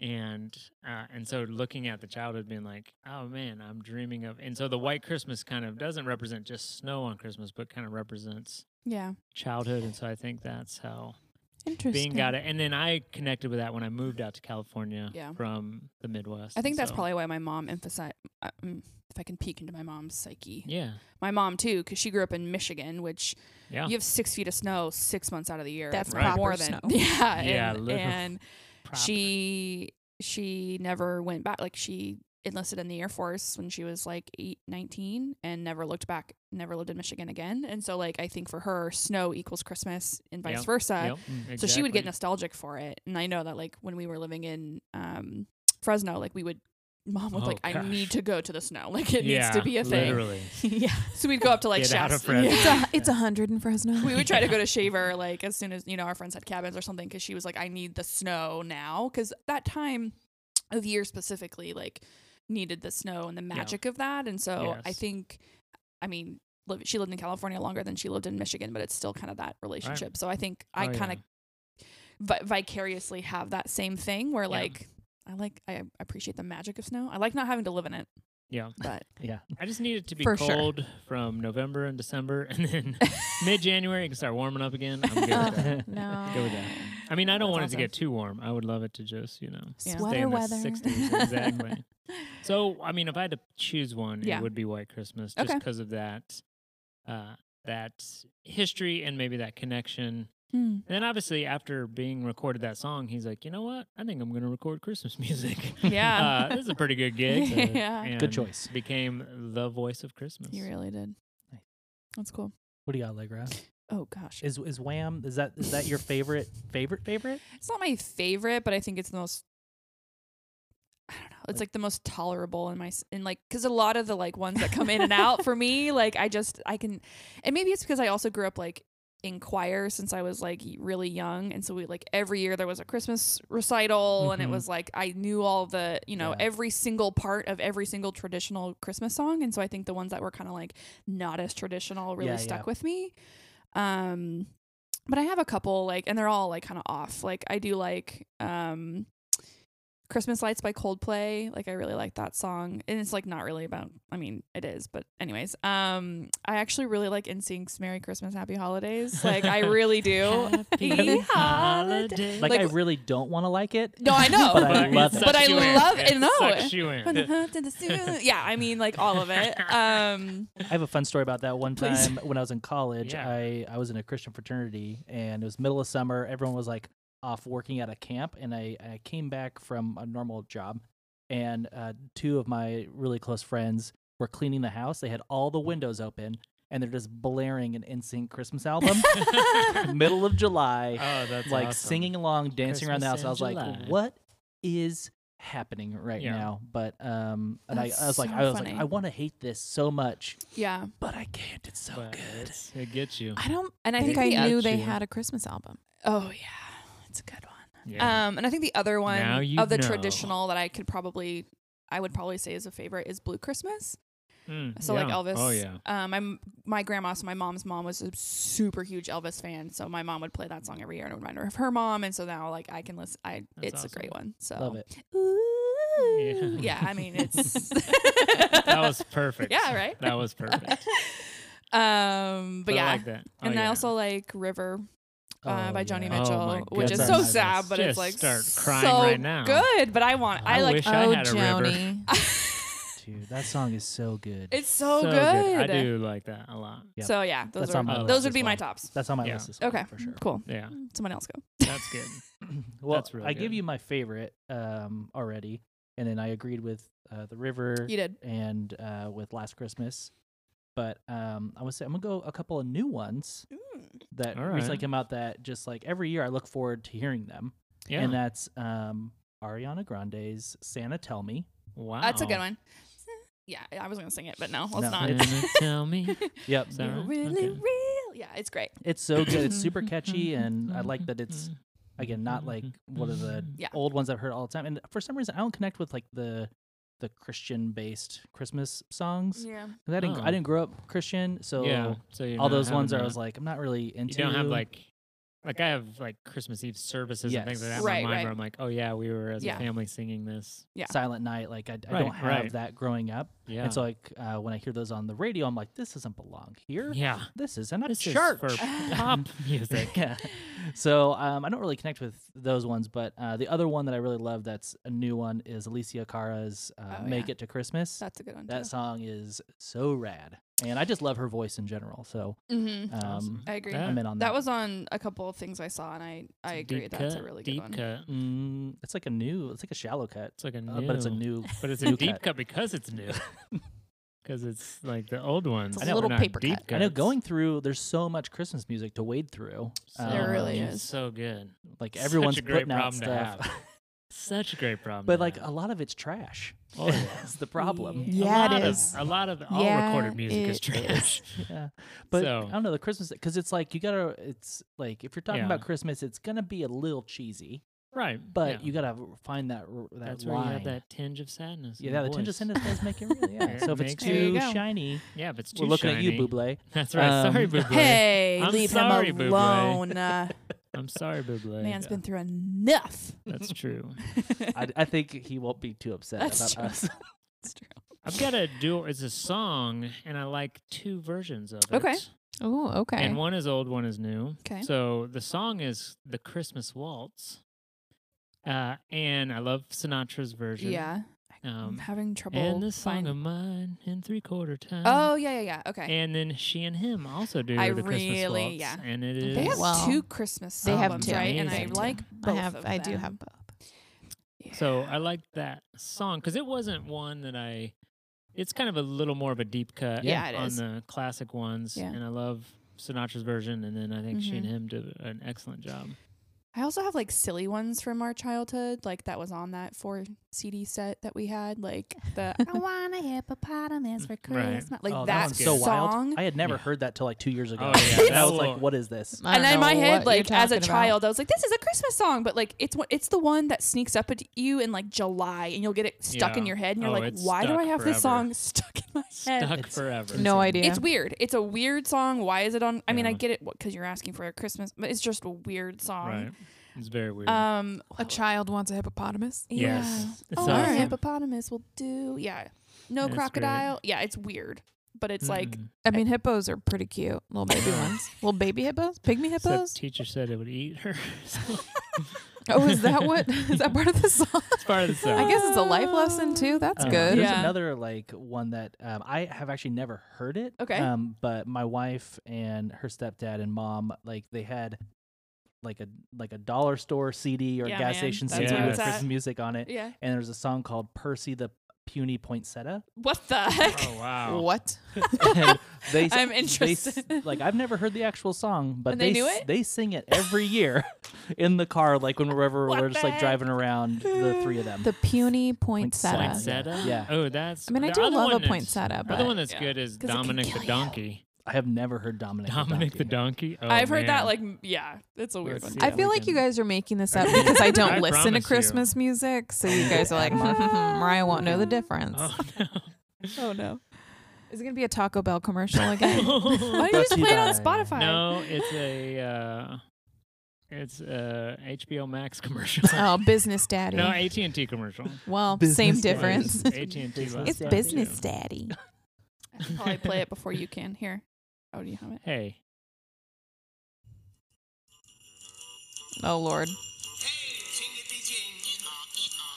And uh, and so looking at the childhood, being like, oh man, I'm dreaming of. And so the White Christmas kind of doesn't represent just snow on Christmas, but kind of represents Yeah. childhood. And so I think that's how Interesting. being got it. And then I connected with that when I moved out to California Yeah. from the Midwest. I think and that's so- probably why my mom emphasized. Um, if I can peek into my mom's psyche, yeah, my mom too, because she grew up in Michigan, which yeah, you have six feet of snow six months out of the year. That's if Oh. Right. not proper more than snow. *laughs* yeah. Yeah, and, literally. and Proper. she she never went back. Like she enlisted in the Air Force when she was like eight, 19 and never looked back. Never lived in Michigan again. And so like I think for her, snow equals Christmas and vice Yep. versa. Yep, uh, So she would get exactly. nostalgic for it. And I know that like when we were living in um Fresno, like we would mom was Oh, like, I gosh. need to go to the snow. *laughs* Like it yeah, needs to be a thing. Literally, *laughs* yeah. So we'd go up to like Get out of Shasta- Fresno. It's a it's a hundred in Fresno. *laughs* we would try *laughs* to go to Shaver like as soon as you know our friends had cabins or something because she was like, I need the snow now because that time of year specifically like needed the snow and the magic of that, and so I Yes. think, I mean, live, she lived in California longer than she lived in Michigan, but it's still kind of that relationship. So I think I Oh, kind of yeah. vi- vicariously have that same thing where Yeah. like. I like I appreciate the magic of snow. I like not having to live *laughs* in it, yeah. but Yeah. I just need it to be For sure. cold from November and December, *laughs* and then mid January it can start warming up again. I'm good with Oh, that. *laughs* no. Go with that. I mean, I don't Uh-huh. That's want it awesome. to get too warm. I would love it to just you know Yeah. stay Sweater in the weather. *laughs* 60s exactly. *laughs* so I mean, if I had to choose one, Yeah. it would be White Christmas, just Okay. because of that uh, that history and maybe that connection. Hmm. And then obviously after being recorded that song, he's like, you know what? I think I'm going to record Christmas *laughs* music. Yeah. uh, this is a pretty good *laughs* gig. Yeah. Good and choice. Became the voice of Christmas. you really did. Nice. That's cool. What do you got, Allegra? Oh gosh, Is is Wham? Is that is that your favorite favorite favorite? it's not my favorite, but I think it's the most. I don't know. It's like the most tolerable in my s- in like because a lot of the like ones that come in and out for *laughs* me, like I just I can, and maybe it's because I also grew up like in choir since I was like y- really young, and so we like every year there was a Christmas recital, and it Mhm. was like I knew all the you know Yeah. every single part of every single traditional Christmas song, and so I think the ones that were kind of like not as traditional really Yeah, stuck yeah. with me. Um, but I have a couple like, and they're all like kind of off. Like I do like um, Christmas Lights by Coldplay. Like I really like that song, and it's like not really about. I mean, it is, but anyways, um, I actually really like NSYNC's Merry Christmas, Happy Holidays. Like I really do. *laughs* Happy holiday. Like, I Like- really don't want to like it. No, I know. But I love it. But I Sucks you in. love it. No. *laughs* Sucks you in. yeah, I mean, like all of it. Um, I have a fun story about that one Please. time when I was in college. Yeah. I, I was in a Christian fraternity and it was middle of summer. Everyone was like off working at a camp, and I, I came back from a normal job, and uh, two of my really close friends were cleaning the house. They had all the windows open, and they're just blaring an NSYNC Christmas *laughs* album, *laughs* *laughs* middle of July, Oh, that's like awesome. singing along, dancing around the house. Christmas I was in July. like, what is happening right Yeah. now? But um, and I, That's I was like, so I was funny. like, I want to hate this so much yeah, but I can't. It's so But it's- It gets Uh, you. I don't. and I think, think, I the knew oth- they you. had a Christmas album. Oh yeah, it's a good one. Yeah. Um, and I think the other one Now you of the know. traditional that I could probably, I would probably say is a favorite is Blue Christmas. Hmm, Mm, um, So like yeah. Elvis. Oh yeah. Um, I'm my grandma, so my mom's mom was a super huge Elvis fan, so my mom would play that song every year and it would remind her of her mom, and so now like I can listen. I That's it's awesome. a great one. So Love it. Ooh. Yeah. *laughs* Yeah. I mean it's *laughs* That was perfect. Yeah, right? That was perfect. *laughs* um, but, yeah, I like that. Oh, and I yeah. also like River. uh, Oh, by Johnny yeah. Oh my Mitchell, which is goodness. so That's sad, but just it's like start crying so right now. good. But I want, I, I like, wish I oh, had a river. Joni. Dude, that song is so good. *laughs* it's so, good. I do like that a lot. Yep. So yeah, those That's are on my list those as would be my well. tops. That's on my Yeah. list as well, Okay. *clears throat* for sure. Cool. Yeah, Someone else go. that's *laughs* good. well, That's really I give good. you my favorite um, already, and then I agreed with uh, the river You did. and uh, with Last Christmas. But um, I would say I'm gonna go a couple of new ones Mm. that All recently right. came out. That just like every year, I look forward to hearing them. Yeah. And that's um, Ariana Grande's "Santa Tell Me." wow. That's a good one. *laughs* Yeah, I was gonna sing it, but no, let's No. not. It's *laughs* Santa, tell me. Yep, Is that You're right? really *laughs* Okay. real. Yeah, it's great. it's so good. It's *laughs* super catchy, and I like that it's again not Mm-hmm, like one of the Yeah. old ones I've heard all the time. And for some reason, I don't connect with like the the Christian based Christmas songs. Yeah. 'Cause I didn't Oh. I didn't grow up Christian, so yeah. So you're all not those ones having are I was that. like I'm not really you into. don't have like like I have like Christmas Eve services and things like that Yes. in Right, my mind right. where I'm like, oh yeah, we were as Yeah. a family singing this. yeah. Silent Night. Like I, I Right, don't have right. that growing up, Yeah. and so like uh, when I hear those on the radio, I'm like this doesn't belong here. yeah. This isn't a This church. *laughs* is for pop music. yeah. So um, I don't really connect with those ones, but uh, the other one that I really love that's a new one is Alicia Cara's uh, Oh, "Make yeah. It to Christmas." That's a good one. Too. that song is so rad, and I just love her voice in general. So mm-hmm. um, Awesome. I agree. That- I'm in on that. That was on a couple of things I saw, and I I It's agree. deep That's a cut, really good deep one. cut. Mm, it's like a new, it's like a shallow cut, It's like a new, uh, but it's a new. but it's a new deep cut. cut. because it's *laughs* new. Because it's like the old ones. a were little not paper deep cut. I know cuts. going through, there's so much Christmas music to wade through. um, There really much. is. so good. Like Such a everyone's great putting out problem to stuff, have. Such a great problem. *laughs* but to like have. a lot of it's trash. Oh, *laughs* yeah. That's the problem. Yeah, a lot it of, is. A lot of all Yeah, recorded music is it trash. Yeah. But So- I don't know the Christmas because it's like you gotta. It's like if you're talking Yeah. about Christmas, it's gonna be a little cheesy, *laughs* right. but yeah. you gotta find that r- that That's where line. you have that tinge of sadness. yeah, in the the tinge of voice. sadness does make it. *laughs* Really, yeah. It so if it's makes it- There you too go. shiny, Yeah, but it's too we're looking at you, shiny. Buble. *laughs* That's right. Um, sorry, *laughs* Buble. Hey, I'm leave sorry, him Buble. alone. *laughs* Uh, I'm sorry, Buble. man's been through enough. *laughs* That's true. I, I think he won't be too upset That's about us. It's true. I've got a dual. It's a song, and I like two versions of it. Okay. Oh, okay. And one is old, one is new. *laughs* Okay. So the song is the Christmas Waltz, uh, and I love Sinatra's version. Yeah, I'm Um, having trouble. and this song finding. of mine in three quarter time. Oh yeah, yeah, yeah. Okay. And then she and him also do I the Christmas really- Waltz, yeah. and it is They have Well, two Christmas they have albums, two. right? And They I have two. like both I have. of I do them. have both. So I like that song because it wasn't one that I. It's kind of a little more of a deep cut Yeah, it on is. the classic ones, Yeah. and I love Sinatra's version, and then I think she and Mhm. him did an excellent Eh, job. I also have like silly ones from our childhood, like that was on that four CD set that we had, like *laughs* the "I want a Mm, hippopotamus for Right. Christmas," like oh, that, one's so song. wild. I had never Yeah. heard that till like two years ago. Oh, yeah, that's I was cool. like, what is this? I don't and in know my what head, you're like as a talking about. child, I was like, "This is a Christmas song," but like it's one- it's the one that sneaks up at you in like July, and you'll get it stuck in Yeah. your head, and you're Oh, like, it's "Why do stuck I have forever. this song *laughs* stuck in my head?" Stuck It's- forever. no idea. It's weird. It's a weird song. Why is it on? I mean, I Yeah. get it because you're asking for a Christmas, but it's just a weird Right. song. It's very weird. Um, A child wants a hippopotamus. Yes. It's Yeah. Oh, awesome. a hippopotamus will do. Yeah. No That's great. crocodile. Yeah, it's weird, but it's like Mm-mm. I mean, hippos are pretty cute. Little *laughs* baby *laughs* ones. Little baby hippos? Pygmy Except hippos? teacher said it would eat her. *laughs* So Oh, is that *laughs* what? Is that part of the song? it's part of the song. I guess it's a life lesson, too. That's Um, good. There's Yeah. another like one that um, I have actually never heard it. Okay. Um, but my wife and her stepdad and mom like they had like a like a dollar store CD or Yeah, man. gas station That's CD where with it's at. Christmas music on *laughs* it, yeah. and there's a song called Percy the Puny Poinsettia. What the heck? Oh wow. What? And they, s- I'm they s- interested. like I've never heard the actual song, but And they knew s- it? they sing it every year *laughs* in the car, like *laughs* whenever What we're just the like heck? driving around, the three of them. The puny poinsettia. Poinsettia. Poinsettia? Yeah. Oh, that's. I mean, I the do other love a one that's- poinsettia, The but other one that's Yeah. good is 'Cause it can Dominic kill the you. Donkey. I have never heard Dominic. Dominic the the Donkey. Donkey. Oh, I've heard man. that like m- yeah, it's a weird Let's one. see. I Yeah, feel we like you can- guys are making this *laughs* up because I don't I listen to promise you. Christmas music. So you guys are like, "Hmm, *laughs* Mariah *laughs* won't know the difference. Oh no. *laughs* Oh no. Is it going to be a Taco Bell *laughs* commercial again? *laughs* Why do you just Brought to play it on you by- Spotify? No, it's a uh, it's a HBO *laughs* Max commercial. oh, business daddy. no, AT and T commercial. well, Business same daddy. difference. AT and T. *laughs* It's Yeah. business daddy. I should probably play it before you can. Here. Oh, do you *laughs* have it? Hey, Oh Lord.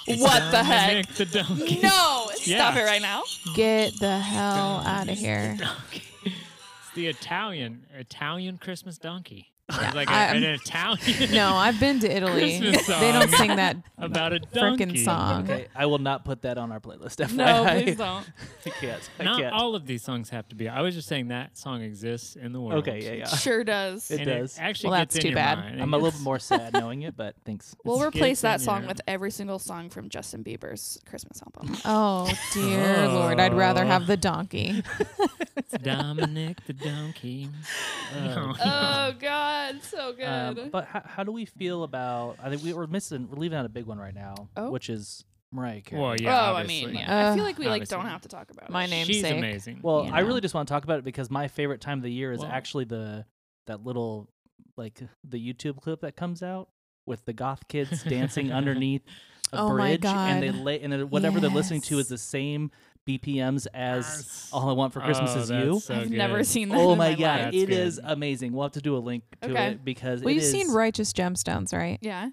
it's what the Dominic heck? The donkey. No, Yeah. stop it right now. Get the hell out of here. *laughs* Donkey. It's the Italian Italian Christmas donkey. It's like a, I'm- an Italian No, I've been to Italy. Christmas song. They don't sing that *laughs* about a donkey. frickin' song. Okay, I will not put that on our playlist. FYI. No, *laughs* please don't. I can't. I Not can't. all of these songs have to be. I was just saying that song exists in the world. okay, yeah, yeah. Sure does. It And does. actually, Well, gets that's in too your bad. mind. It *laughs* I'm a little gets- bit more sad knowing it, but *laughs* thanks. We'll It's- replace it's that in song your- with every single song from Justin Bieber's Christmas *laughs* album. Oh dear Lord. I'd rather have the donkey. Dominic the *laughs* donkey. Um, No. oh God, so good. Um, but how, how do we feel about? I think we, we're missing. We're leaving out a big one right now, Oh. which is Mariah Carey. Well, yeah. oh, obviously. I mean, yeah. Uh, I feel like we like don't obviously. have to talk about Oh, My it. name's She's sake. amazing. Well, you I really know. just want to talk about it because my favorite time of the year is Well- actually the that little like the YouTube clip that comes out with the goth kids *laughs* dancing underneath a Oh my bridge, and they God. lay and then whatever they're listening to is Yes. the same BPMs as Yes. All I Want for Christmas Oh, Is that's *laughs* You. so I've good. never seen that. Oh in *laughs* my life. god, That's it is uh, good. amazing. We'll have to do a link to Okay. it because Well, it you've seen is- Righteous Gemstones, right? Yeah.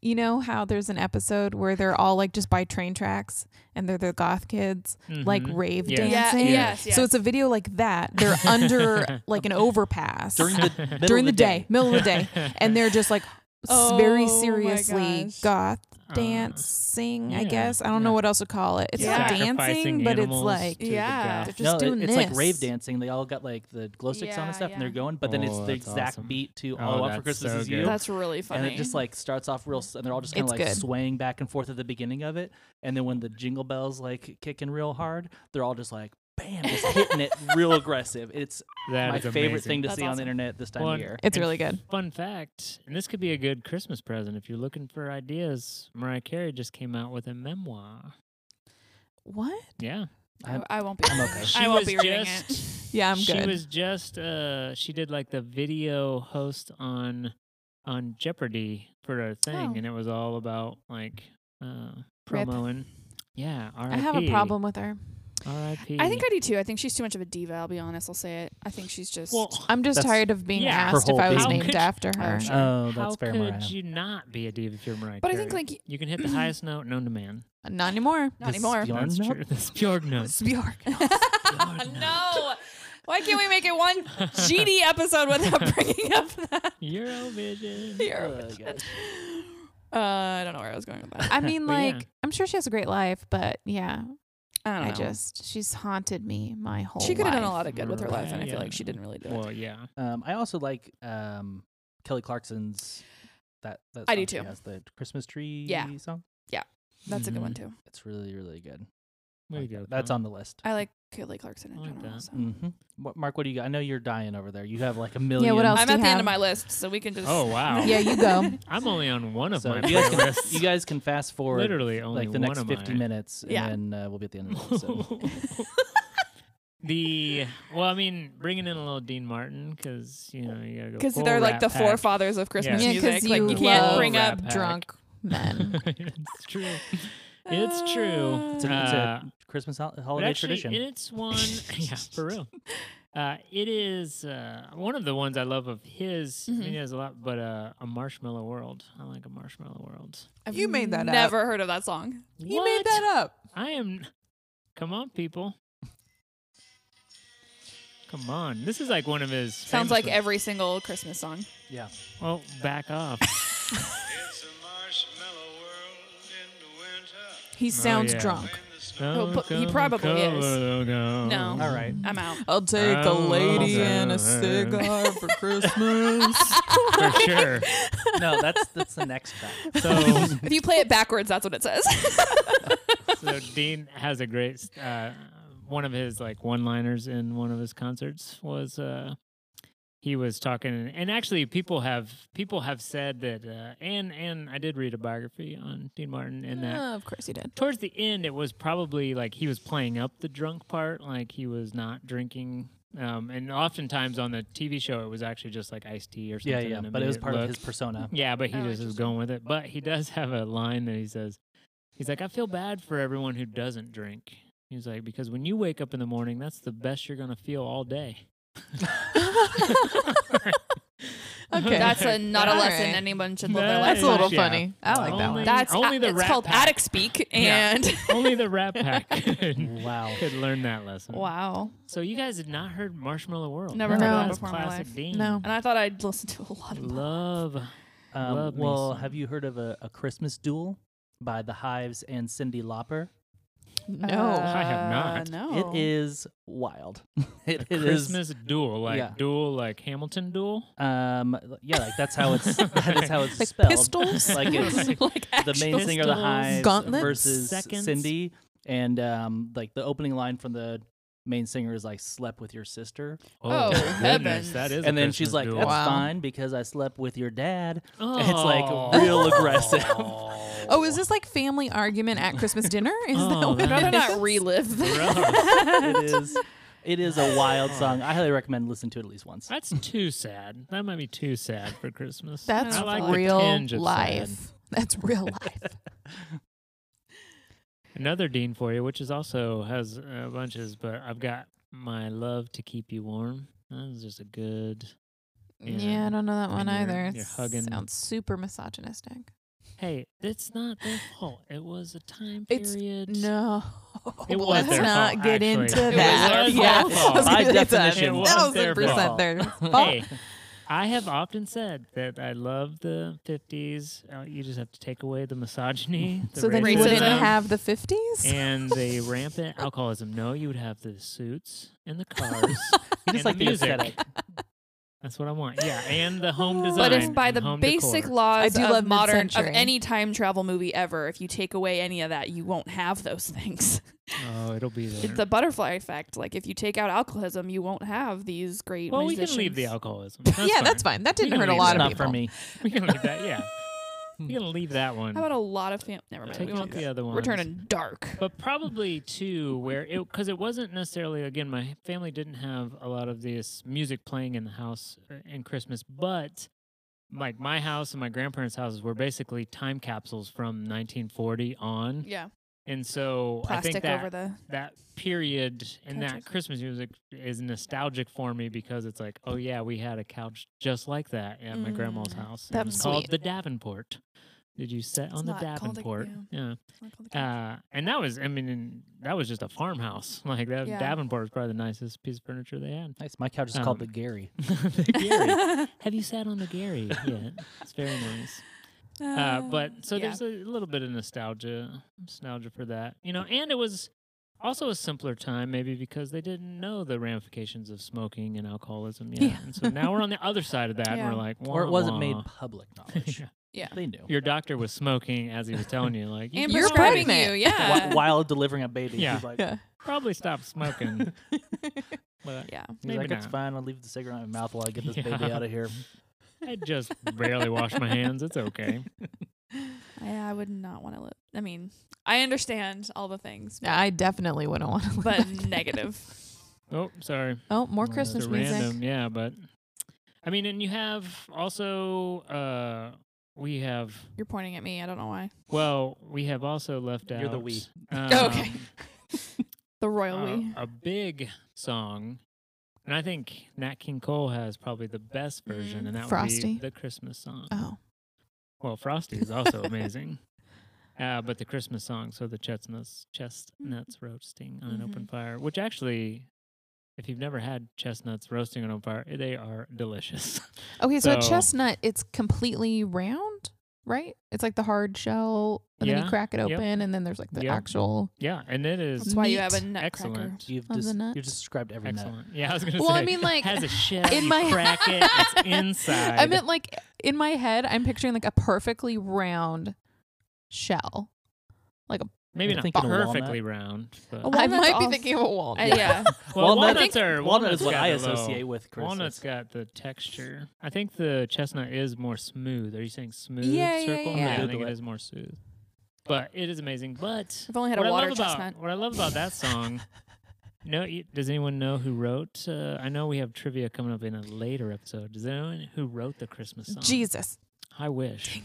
You know how there's an episode where they're all like just by train tracks and they're the goth kids *laughs* like Mhm. rave Yes. dancing. Yeah. Yes. yes. So it's a video like that. They're under like an overpass *laughs* during the middle during the of day, middle of the day, and they're just like s- very Oh my seriously gosh. goth Uh, dancing. I yeah, guess I don't yeah. know what else to call it. It's Yeah. not Sacrificing dancing, but it's animals like to the Yeah. gods. they're just no, it- doing it's like rave this. dancing. They all got like the glow sticks on Yeah, and stuff, and they're yeah. going. But then it's Oh, the that's exact awesome. beat to Oh, All I Want for that's Christmas so Is good. You. That's really funny. and it just like starts off real, s- and they're all just kind of It's like good. swaying back and forth at the beginning of it, and then when the jingle bells like kicking real hard, they're all just like bam, just hitting it real aggressive. It's That my is favorite amazing. thing to That's see on the awesome. internet this time Well, of year. It's and really good. Fun fact, and this could be a good Christmas present if you're looking for ideas. Mariah Carey just came out with a memoir. What? Yeah, I'm- *laughs* I won't be. *laughs* I'm okay. She I won't was be reading just- it. Yeah, I'm she good. was just uh, she did like the video host on on Jeopardy for a thing, Oh. and it was all about like uh, promoing. Yeah, RIP. I have a problem with her. RIP. I think I do too. I think she's too much of a diva. I'll be honest. I'll say it. I think she's just. well, I'm just That's tired of being yeah. her asked if whole I was being. named How after could- her. Oh, Oh, that's how fair, could Mariah. you not be a diva if you're Mariah but I Carey? think like you can hit the highest note known to man. *laughs* Not anymore. not This anymore. Bjorn That's note? true. *laughs* That's Bjork note. *laughs* no. Why can't we make it *laughs* one GD episode without bringing up that? *laughs* Eurovision. Oh, Here. Ugh, guys. Uh, I don't know where I was going with that. I mean, But yeah. like, I'm sure she has a great life, but yeah, I don't know. I just she's haunted me my whole. she could have done a lot life. of good with her life, and I feel Right. like she didn't really do it. Well, yeah. Um, I also like um, Kelly Clarkson's that. that I do song she too. Has the Christmas tree Yeah. song. That's a good one Mhm. too. It's really really good. Mm-hmm. Way to Like go, that. That's Tom. on the list. I like Mm. Kelly Clarkson in I like general. that. so. Mm-hmm. What, Mark, what do you got? I know you're dying over there. You have like a million. what else? I'm do at you the end have? of my list, so we can just. *laughs* Oh, wow. *laughs* Yeah, you go. *laughs* I'm only on one of So my you guys, can, playlists. you guys can fast forward Literally only like the one next of 50 mine. minutes, and Yeah. then uh, we'll be at the end *laughs* of the episode. the well, I mean, bringing in a little Dean Martin because you know you gotta go Because full they're like Rat the Pack. forefathers of Christmas Yeah, music. because like you, you can't love bring Rat up. Pack. drunk men. *laughs* it's true. It's true. It's a, it's Uh, a Christmas hol- holiday But actually, tradition. It's *laughs* one, *laughs* yeah, for real. Uh, it is uh, one of the ones I love of his. I mean, Mhm. he has a lot, but uh, a Marshmallow World. I like a Marshmallow World. I've You made that up. Never heard of that song. You made that up. I am. Come on, people. Come on. This is like one of his. Sounds famous like ones. every single Christmas song. yeah. Well, back *laughs* off. It's a marshmallow world in the winter He sounds Oh, yeah. drunk. when the snow Oh, but he probably is. No. *laughs* *laughs* All right. I'm out. *laughs* I'll take a lady and a cigar *laughs* for *laughs* Christmas. For sure. No, that's that's the next track. So, *laughs* If you play it backwards, that's what *laughs* it says. so Dean has a great. Uh, one of his like one-liners in one of his concerts was uh, he was talking, and actually people have people have said that, uh, and and I did read a biography on Dean Martin, and that of course you did. towards the end it was probably like he was playing up the drunk part like he was not drinking um, and oftentimes on the tv show it was actually just like iced tea or something *laughs* Yeah, yeah. and But it was made part of look- *laughs* his persona. yeah but he Oh, just is going with it but he does have a line that he says he's like i feel bad for everyone who doesn't drink he's like because when you wake up in the morning that's the best you're gonna feel all day Okay. that's *laughs* a, not a All lesson right. anyone should live their That life That's a little by. Yeah. funny. I like that Only- one. That's only a- the it's Rat called Pack. addict speak, Yeah. and only the rat pack *laughs* could, Wow. could learn that lesson *laughs* wow. so you guys had not heard marshmallow world Never heard that That's before in my classic life. Dean. No. And I thought I'd listen to a lot of. *laughs* love Um, Love me well, some. have you heard of a, a Christmas Duel by The Hives and Cindy Lauper? No. Uh, I Uh, have not. No, It is wild. *laughs* it, it is. Christmas duel, like yeah. duel, like Hamilton duel. Um, yeah, like *laughs* that's how it's that is how it's Like spelled. pistols? *laughs* Like *laughs* it's like the main Actual singer of the pistols. Hives Gauntlets? versus Seconds? Cindy, and um, like the opening line from the main singer is like "slept with your sister," Oh, goodness, heavens. that is. a and then she's Christmas like, duel. "That's Wow. fine because I slept with *laughs* your dad." oh. It's like real *laughs* aggressive. *laughs* Oh, is this like family argument at Christmas dinner? *laughs* Is that Oh, what that it rather is- is? *laughs* not relive that. it is. It is a wild song. I highly recommend listening to it at least once. That's too sad. That might be too sad for Christmas. That's I like the real tinge of sad. life. That's *laughs* real life. Another Dean for you, which is also has uh, bunches, but I've got my love to keep you warm. That was just a good. you yeah. know. I don't know that one And you're- either. you're It hugging- Sounds super misogynistic. Hey, it's not their fault. It was a time It's- period. No. *laughs* It was Let's their not fault, get actually. into It was that. their yeah. fault. *laughs* I was By gonna say that's a definition, it was their thousand fault. percent their fault. *laughs* hey, I have often said that I love the 50s. Uh, you just have to take away the misogyny, the So then racism, you wouldn't racism. have the 50s? *laughs* and the rampant alcoholism. No, you would have the suits and the cars. You just and like the music. aesthetic. That's what I want. Yeah, and the home design. But if by and the home basic decor. laws I do of love modern of mid-century. any time travel movie ever, if you take away any of that, you won't have those things. oh, it'll be there. *laughs* It's the butterfly effect. Like if you take out alcoholism, you won't have these great. well, we can leave the musicians. alcoholism. yeah, that's fine. That You didn't can hurt a leave it. lot it's of not people. for me. *laughs* We can leave that. Yeah, we can leave that one. How about a lot of fam? Never mind. Take we out won't the other one. We're turning dark. but probably too where it because it wasn't necessarily again my family didn't have a lot of this music playing in the house uh, in christmas but like my house and my grandparents' houses were basically time capsules from 1940 on *laughs* Yeah, and so i plastic think that over the. that period and that Couches. christmas music is nostalgic for me because it's like oh yeah we had a couch just like that at my grandma's Mm, house that's and it's called sweet. the davenport did you set on the not called a- davenport yeah Uh, uh, and that was, I mean, and that was just a farmhouse. *laughs* Like that Yeah. Davenport was probably the nicest piece of furniture they *laughs* had. *laughs* Nice. My couch is called Um, the Gary. the *laughs* Gary. Have you sat on the Gary yet? It's very nice. Uh, but so yeah. there's a little bit of nostalgia, nostalgia for that, you know. And it was also a simpler time, maybe because they didn't know the ramifications of smoking and alcoholism yet. And so now we're on the other *laughs* side of that, and Yeah. we're like, or it "Wah, wasn't wah." made *laughs* public *laughs* knowledge. Yeah. They knew. Your doctor was smoking as he was telling you, like, you And should You're prescribing pregnant. you, Wh- yeah. While delivering a baby, Yeah. he's like, Yeah. probably stop *laughs* smoking. *laughs* but *laughs* Yeah. he's Maybe like it's not. fine. I'll leave the cigarette in my mouth while I get *laughs* this Yeah. baby out of here. I just barely wash my hands. It's okay. I, I would not want to live. I mean, I understand all the things, Yeah, *laughs* I definitely wouldn't want to. *laughs* but negative. Oh, sorry. Oh, more Well, Christmas They're music. Random, yeah, but I mean, and you have also uh we have You're pointing at me. I don't know why. well, we have also left out. You're the we. um, Okay. The a, royal we. a big song, and I think Nat King Cole has probably the best version, and that would Frosty. be the Christmas song. Oh, Well, Frosty is also amazing. *laughs* Uh, but the Christmas song, so the chestnuts, Mm-hmm. chestnuts roasting on an open fire, which actually, if you've never had chestnuts roasting on an open fire, they are delicious. *laughs* okay. So, a So- chestnut, it's completely round, right? It's like the hard shell, and then Yeah, you crack it yep. open, and then there's like the Yep. actual. yeah, and it is That's why you have a Meat. nutcracker. excellent. You've Of the just nut. you've described every nut. Excellent. Yeah, I was gonna Well, say. I mean, like has a shell in you my- crack it. It's inside. *laughs* I meant like in my head, I'm picturing like a perfectly round shell. maybe I'm not thinking a walnut. perfectly round. But, A Oh, walnut. well, I walnut's might be off. thinking of a walnut. Uh, yeah. Walnut- walnuts are Walnut is walnuts what got I the little- associate with Christmas. Walnut's got the texture. I think the chestnut is more smooth. Are you saying smooth Yeah, yeah, circle? yeah. I think Google it it. is more smooth. But it is amazing. But I've only *laughs* had what a I water love chestnut. About, what I love about that song. No, you- does anyone know who wrote? Uh, I know we have trivia coming up in a later episode. Does anyone who wrote the Christmas song? Jesus. I wish.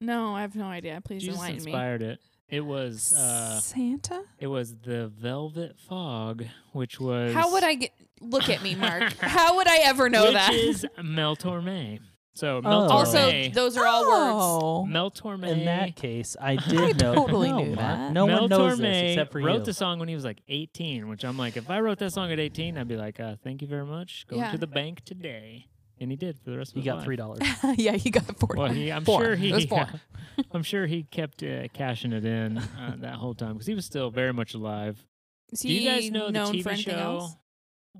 No, I have no idea. Please Jesus enlighten me. inspired it. It was uh, Santa? it was the Velvet Fog, which was How would I get? Look at *laughs* me, Mark. How would I ever know which *laughs* that? is Mel Torme. So Mel Oh. Torme, also, also, those are all Oh. words. Mel Torme, In Oh that case, *laughs* I did know. totally no, knew Mark, that. No Mel one knows Torme this except for wrote you. the song when he was like 18, which I'm like, if I wrote that song at 18, I'd be like, uh, thank you very much, go Yeah. to the bank today, and he did for the rest of You his got life. three dollars. Oh. *laughs* yeah, he got 40. Well, he, I'm Four. sure he, *laughs* It was four. I'm sure he kept uh, cashing it in uh, that whole time because he was still very much alive. Is Do you guys he know the known TV for anything show? else?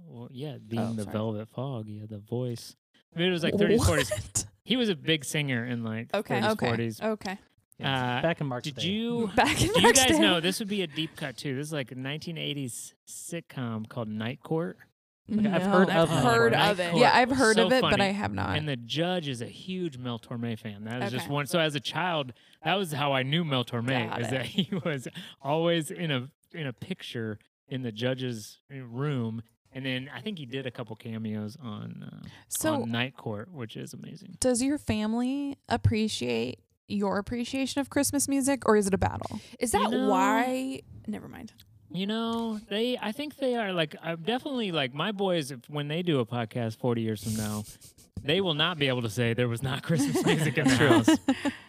Well, yeah, being Oh, the sorry. Velvet Fog. Yeah, the voice. I mean, it was like 30s, 40s. What? He was a big singer in like Okay. 30s, Okay. 40s. Okay. Uh, *laughs* Back in March. Did you? *laughs* Back in Do you Mark's guys day. know this would be a deep cut too? This is like a 1980s sitcom called Night Court, I've heard I've of Night heard Court. of it. yeah, Court I've was heard so of it, but funny. I have not. and the judge is a huge Mel Torme fan. That is just Okay. one. So as a child, that was how I knew Mel Torme Got is it. that he was always in a in a picture in the judge's room, and then I think he did a couple cameos on. Uh, so, on Night Court, which is amazing. does your family appreciate your appreciation of Christmas music, or is it a battle? Is that know- why? Never mind. You know, they I think they are like I'm definitely like my boys if, when they do a podcast 40 years from now, they will not be able to say there was not *laughs* Christmas music in the house.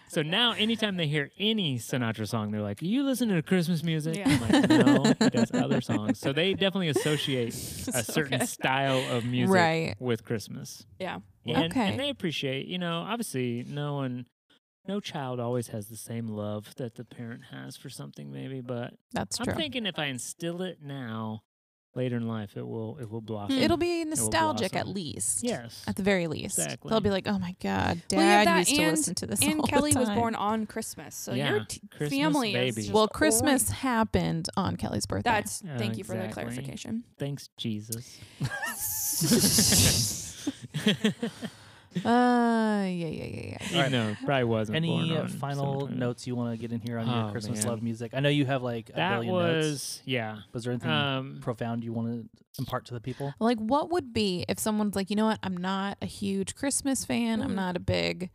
So now anytime they hear any Sinatra song, they're like, "You listen to Christmas music?" Yeah. I'm like, "No, he does other songs." So they definitely *laughs* associate *laughs* a certain style of music Right. with Christmas. Yeah. And, Okay. and they appreciate, you know, obviously no one no child always has the same love that the parent has for something maybe, but That's I'm true. thinking if I instill it now, later in life, it will it will Hmm. blossom. It'll be will nostalgic at blossom. Hmm. least. yes. At the very least. Exactly. They'll be like, oh my God, dad Well, yeah, that used to and- listen to this. all And the Kelly was time." born on Christmas, so Yeah, your t- Christmas family baby. is just Well, orange. Christmas happened on Kelly's birthday. That's Yeah, thank you for the exactly. clarification. Thanks, Jesus. *laughs* *laughs* Uh, yeah, yeah, yeah, yeah. Even though it probably wasn't. born Any uh, on final Saturday. notes you want to get in here on Oh, your Christmas man. love music? I know you have like a That billion notes. Hmm. was yeah. Was there anything Um, profound you want to impart to the people? Like, what would be if someone's like, you know what? I'm not a huge Christmas fan. Mm-hmm. I'm not a big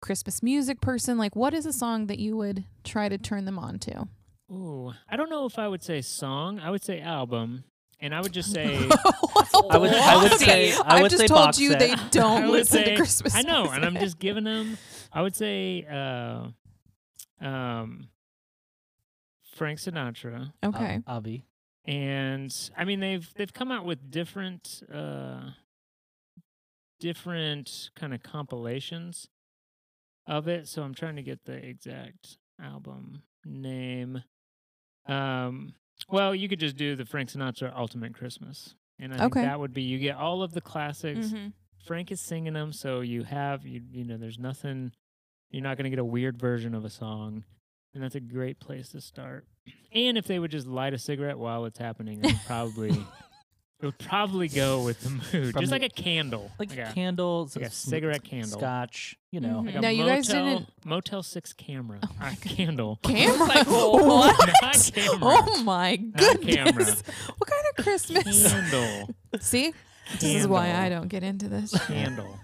Christmas music person. Like, what is a song that you would try to turn them on to? *laughs* ooh, I don't know if I would say song. I would say album, and I would just say. I would- I would say- I have *laughs* would just say told box you set. they *laughs* I *laughs* don't would listen say- to Christmas. I know, and I'm music. just giving them. I would say, uh, um, Frank Sinatra. *laughs* okay. Ab- Uh, Avi. and I mean they've they've come out with different uh different kind of compilations of it. So I'm trying to get the exact album name. Um Well, you could just do the Frank Sinatra Ultimate Christmas. And I think Okay. that would be you get all of the classics. Mhm. Frank is singing them, so you have you you know there's nothing you're not going to get a weird version of a song. And that's a great place to start. And if they would just light a cigarette while it's happening, it would *laughs* probably it would probably go with the mood. From just the- like a candle. Like a, candles, like a s- cigarette candle. scotch. You know, Mhm. like a Now, you motel, guys didn't- Oh Motel 6 camera. a *laughs* candle. *laughs* uh, *laughs* Camera. oh, Not what? camera. Oh my Not camera. goodness. What kind *laughs* of Christmas? *laughs* Candle. See? This is why I Candle. don't get into this. Candle.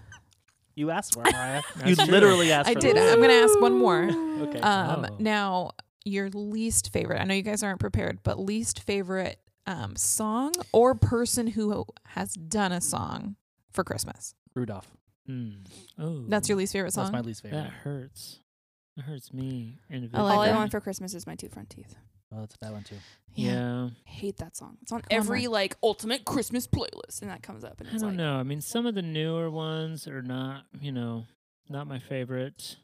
you asked for it, Mariah. *laughs* you That's true. literally asked. I for did. This. I'm going to ask one more. Okay. Um, Oh. Now, your least favorite. I know you guys aren't prepared, but least favorite um, song or person who has done a song for Christmas. Rudolph. Mm. Oh. That's your least favorite That's song. my least favorite. That hurts. It hurts me. I Individually. like All I that. want for Christmas is my two front teeth. Oh, that's a bad one too. Yeah. Hate that song. It's on on, every like ultimate Christmas playlist, and that comes up. And I it's don't like, know. I mean, some of the newer ones are not, you know, not my favorite.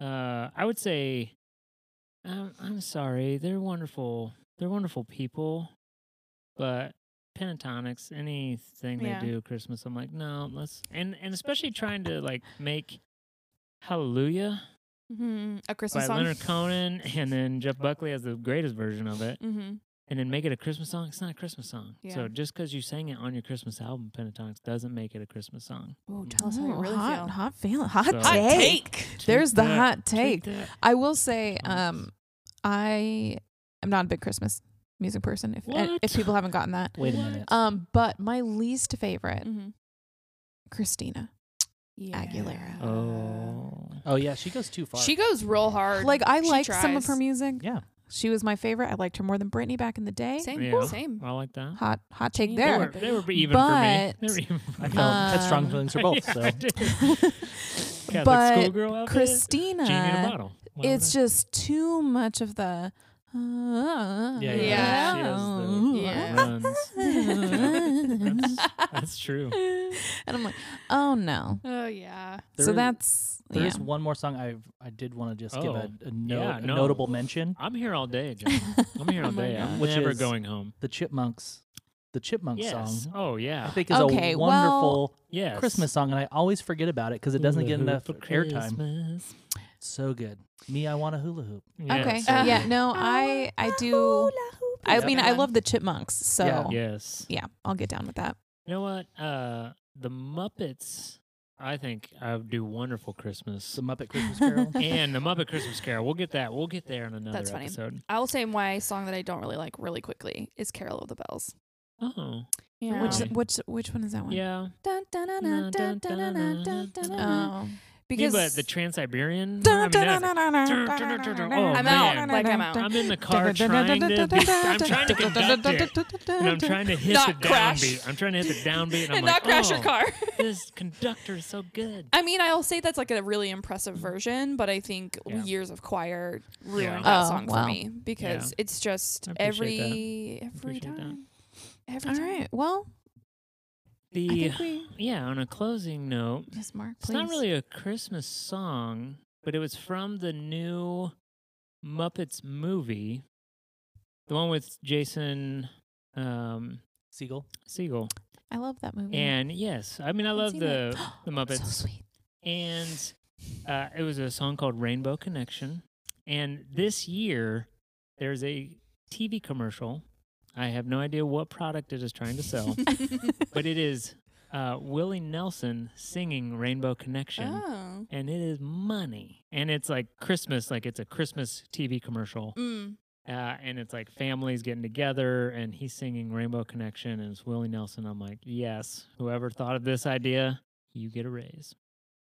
Uh, I would say, um, I'm sorry, they're wonderful. They're wonderful people, but pentatonics, anything Yeah. they do at Christmas, I'm like, no, let's and and especially trying to like make Hallelujah Mhm. a Christmas by song. Leonard Cohen, and then Jeff Buckley has the greatest version of it. hmm and then make it a Christmas song. It's not a Christmas song. So Yeah. just because you sang it on your Christmas album, Pentatonics, doesn't make it a Christmas song. Oh, Mm. tell us how you Ooh, really hot, feel. hot feeling, hot So- Hot take. Take There's the that, hot take take. that. I will say, Nice. um, I am not a big Christmas music person. If eh, What? if people haven't gotten that, Wait a What? minute. um, but my least favorite, Mhm. Christina. Yeah. Aguilera. Oh, oh yeah, she goes too far. She goes real hard. Like I She liked some of her tries. music. yeah. She was my favorite. I liked her more than Britney back in the day. Same. Yeah. Same. I like that. Hot hot take Yeah. They there. were, they were even for me. They were even *laughs* for I me. feel had strong Um, feelings for *laughs* both. Yeah, So I did. *laughs* Got But like schoolgirl outfit, Christina, genie in a bottle. Why would it's I- just too much of the. Uh, yeah, yeah. Yeah. She Yeah. runs. *laughs* and *laughs* That's, that's true. *laughs* I'm like, oh no. Oh yeah. There so is- that's There yeah. is one more song I I did want to just give a, a, no, Oh. yeah, a no. notable mention. I'm here all day, *laughs* John. I'm Oh here all day. I'm Which never is- going home. The Chipmunks, the Chipmunk Yes. song, Oh I yeah. think is Okay, a well, wonderful Yes. Christmas song, and I always forget about it because it doesn't get enough airtime. So good. Me, I want a hula hoop. okay. Yes. yeah. No, I I do. I mean, I love the chipmunks. So Yeah. yeah, Yes. I'll get down with that. You know what? Uh, the Muppets. I think I would do wonderful Christmas. The *laughs* Muppet Christmas Carol. *laughs* and the Muppet Christmas Carol. We'll get that. We'll get there in another That's funny. episode. I will say my song that I don't really like really quickly is "Carol of the Bells." Oh. Yeah. Which Okay. which which one is that one? Yeah. Dun, dun, dun, dun, dun, dun, dun, dun, dun, dun. Oh. yeah Because but the Trans Siberian. I'm out. Like I'm out. Oh, I'm in the car trying to. Be, I'm trying to conduct it. And I'm trying to hit Not the crash. downbeat. I'm trying to hit the downbeat, and I'm *laughs* And like, not crash your "Oh, car. this conductor is so good. I mean, I'll say that's like a really impressive version, but I think Mm-hmm. Yeah. years of choir Yeah. ruined that Oh, song wow. for me because it's just I appreciate every every Appreciate that. time. Every All time. right. Well, I The think we yeah. On a closing note, just mark. It's not really a Christmas song, but it was from the new Muppets movie, the one with Jason um, Siegel. Siegel. I love that movie. And yes, I mean I love seen the it. *gasps* the Muppets, So sweet. and uh, it was a song called Rainbow Connection. And this year, there's a TV commercial. I have no idea what product it is trying to *laughs* sell, but it is uh, Willie Nelson singing Rainbow Connection Oh. and it is money. And it's like Christmas, like it's a Christmas TV commercial. Mm. Uh, and it's like families getting together, and he's singing Rainbow Connection, and it's Willie Nelson. I'm like, yes, whoever thought of this idea, you get a *laughs* raise.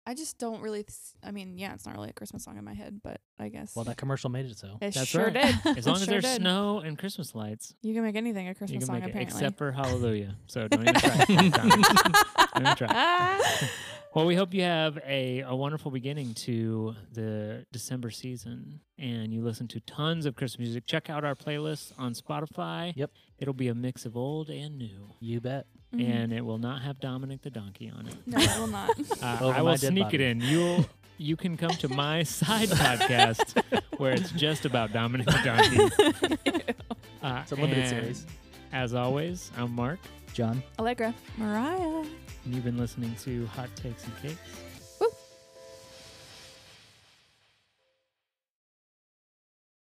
I just don't really. Th- I mean, yeah, it's not really a Christmas song in my head, but I guess Well, that commercial made it so. it that's sure right. did. As long as Sure there's did. snow and Christmas lights, You can make anything a you Christmas can song, make it, apparently. except *laughs* for Hallelujah. So don't even try. don't even try. *laughs* Well, we hope you have a, a wonderful beginning to the December season and you listen to tons of Christmas music. Check out our playlist on Spotify. Yep. It'll be a mix of old and new, You bet. Mhm. and it will not have Dominic the Donkey on it. no, it *laughs* will not. Uh, Over I Oh, my will dead sneak it body. in. You'll. You can come to *laughs* *laughs* *laughs* my side podcast where it's just about Dominic the Donkey. Uh, It's a limited and series. As always, I'm Mark, John, Allegra. *laughs* Mariah. and you've been listening to Hot Takes and Cakes.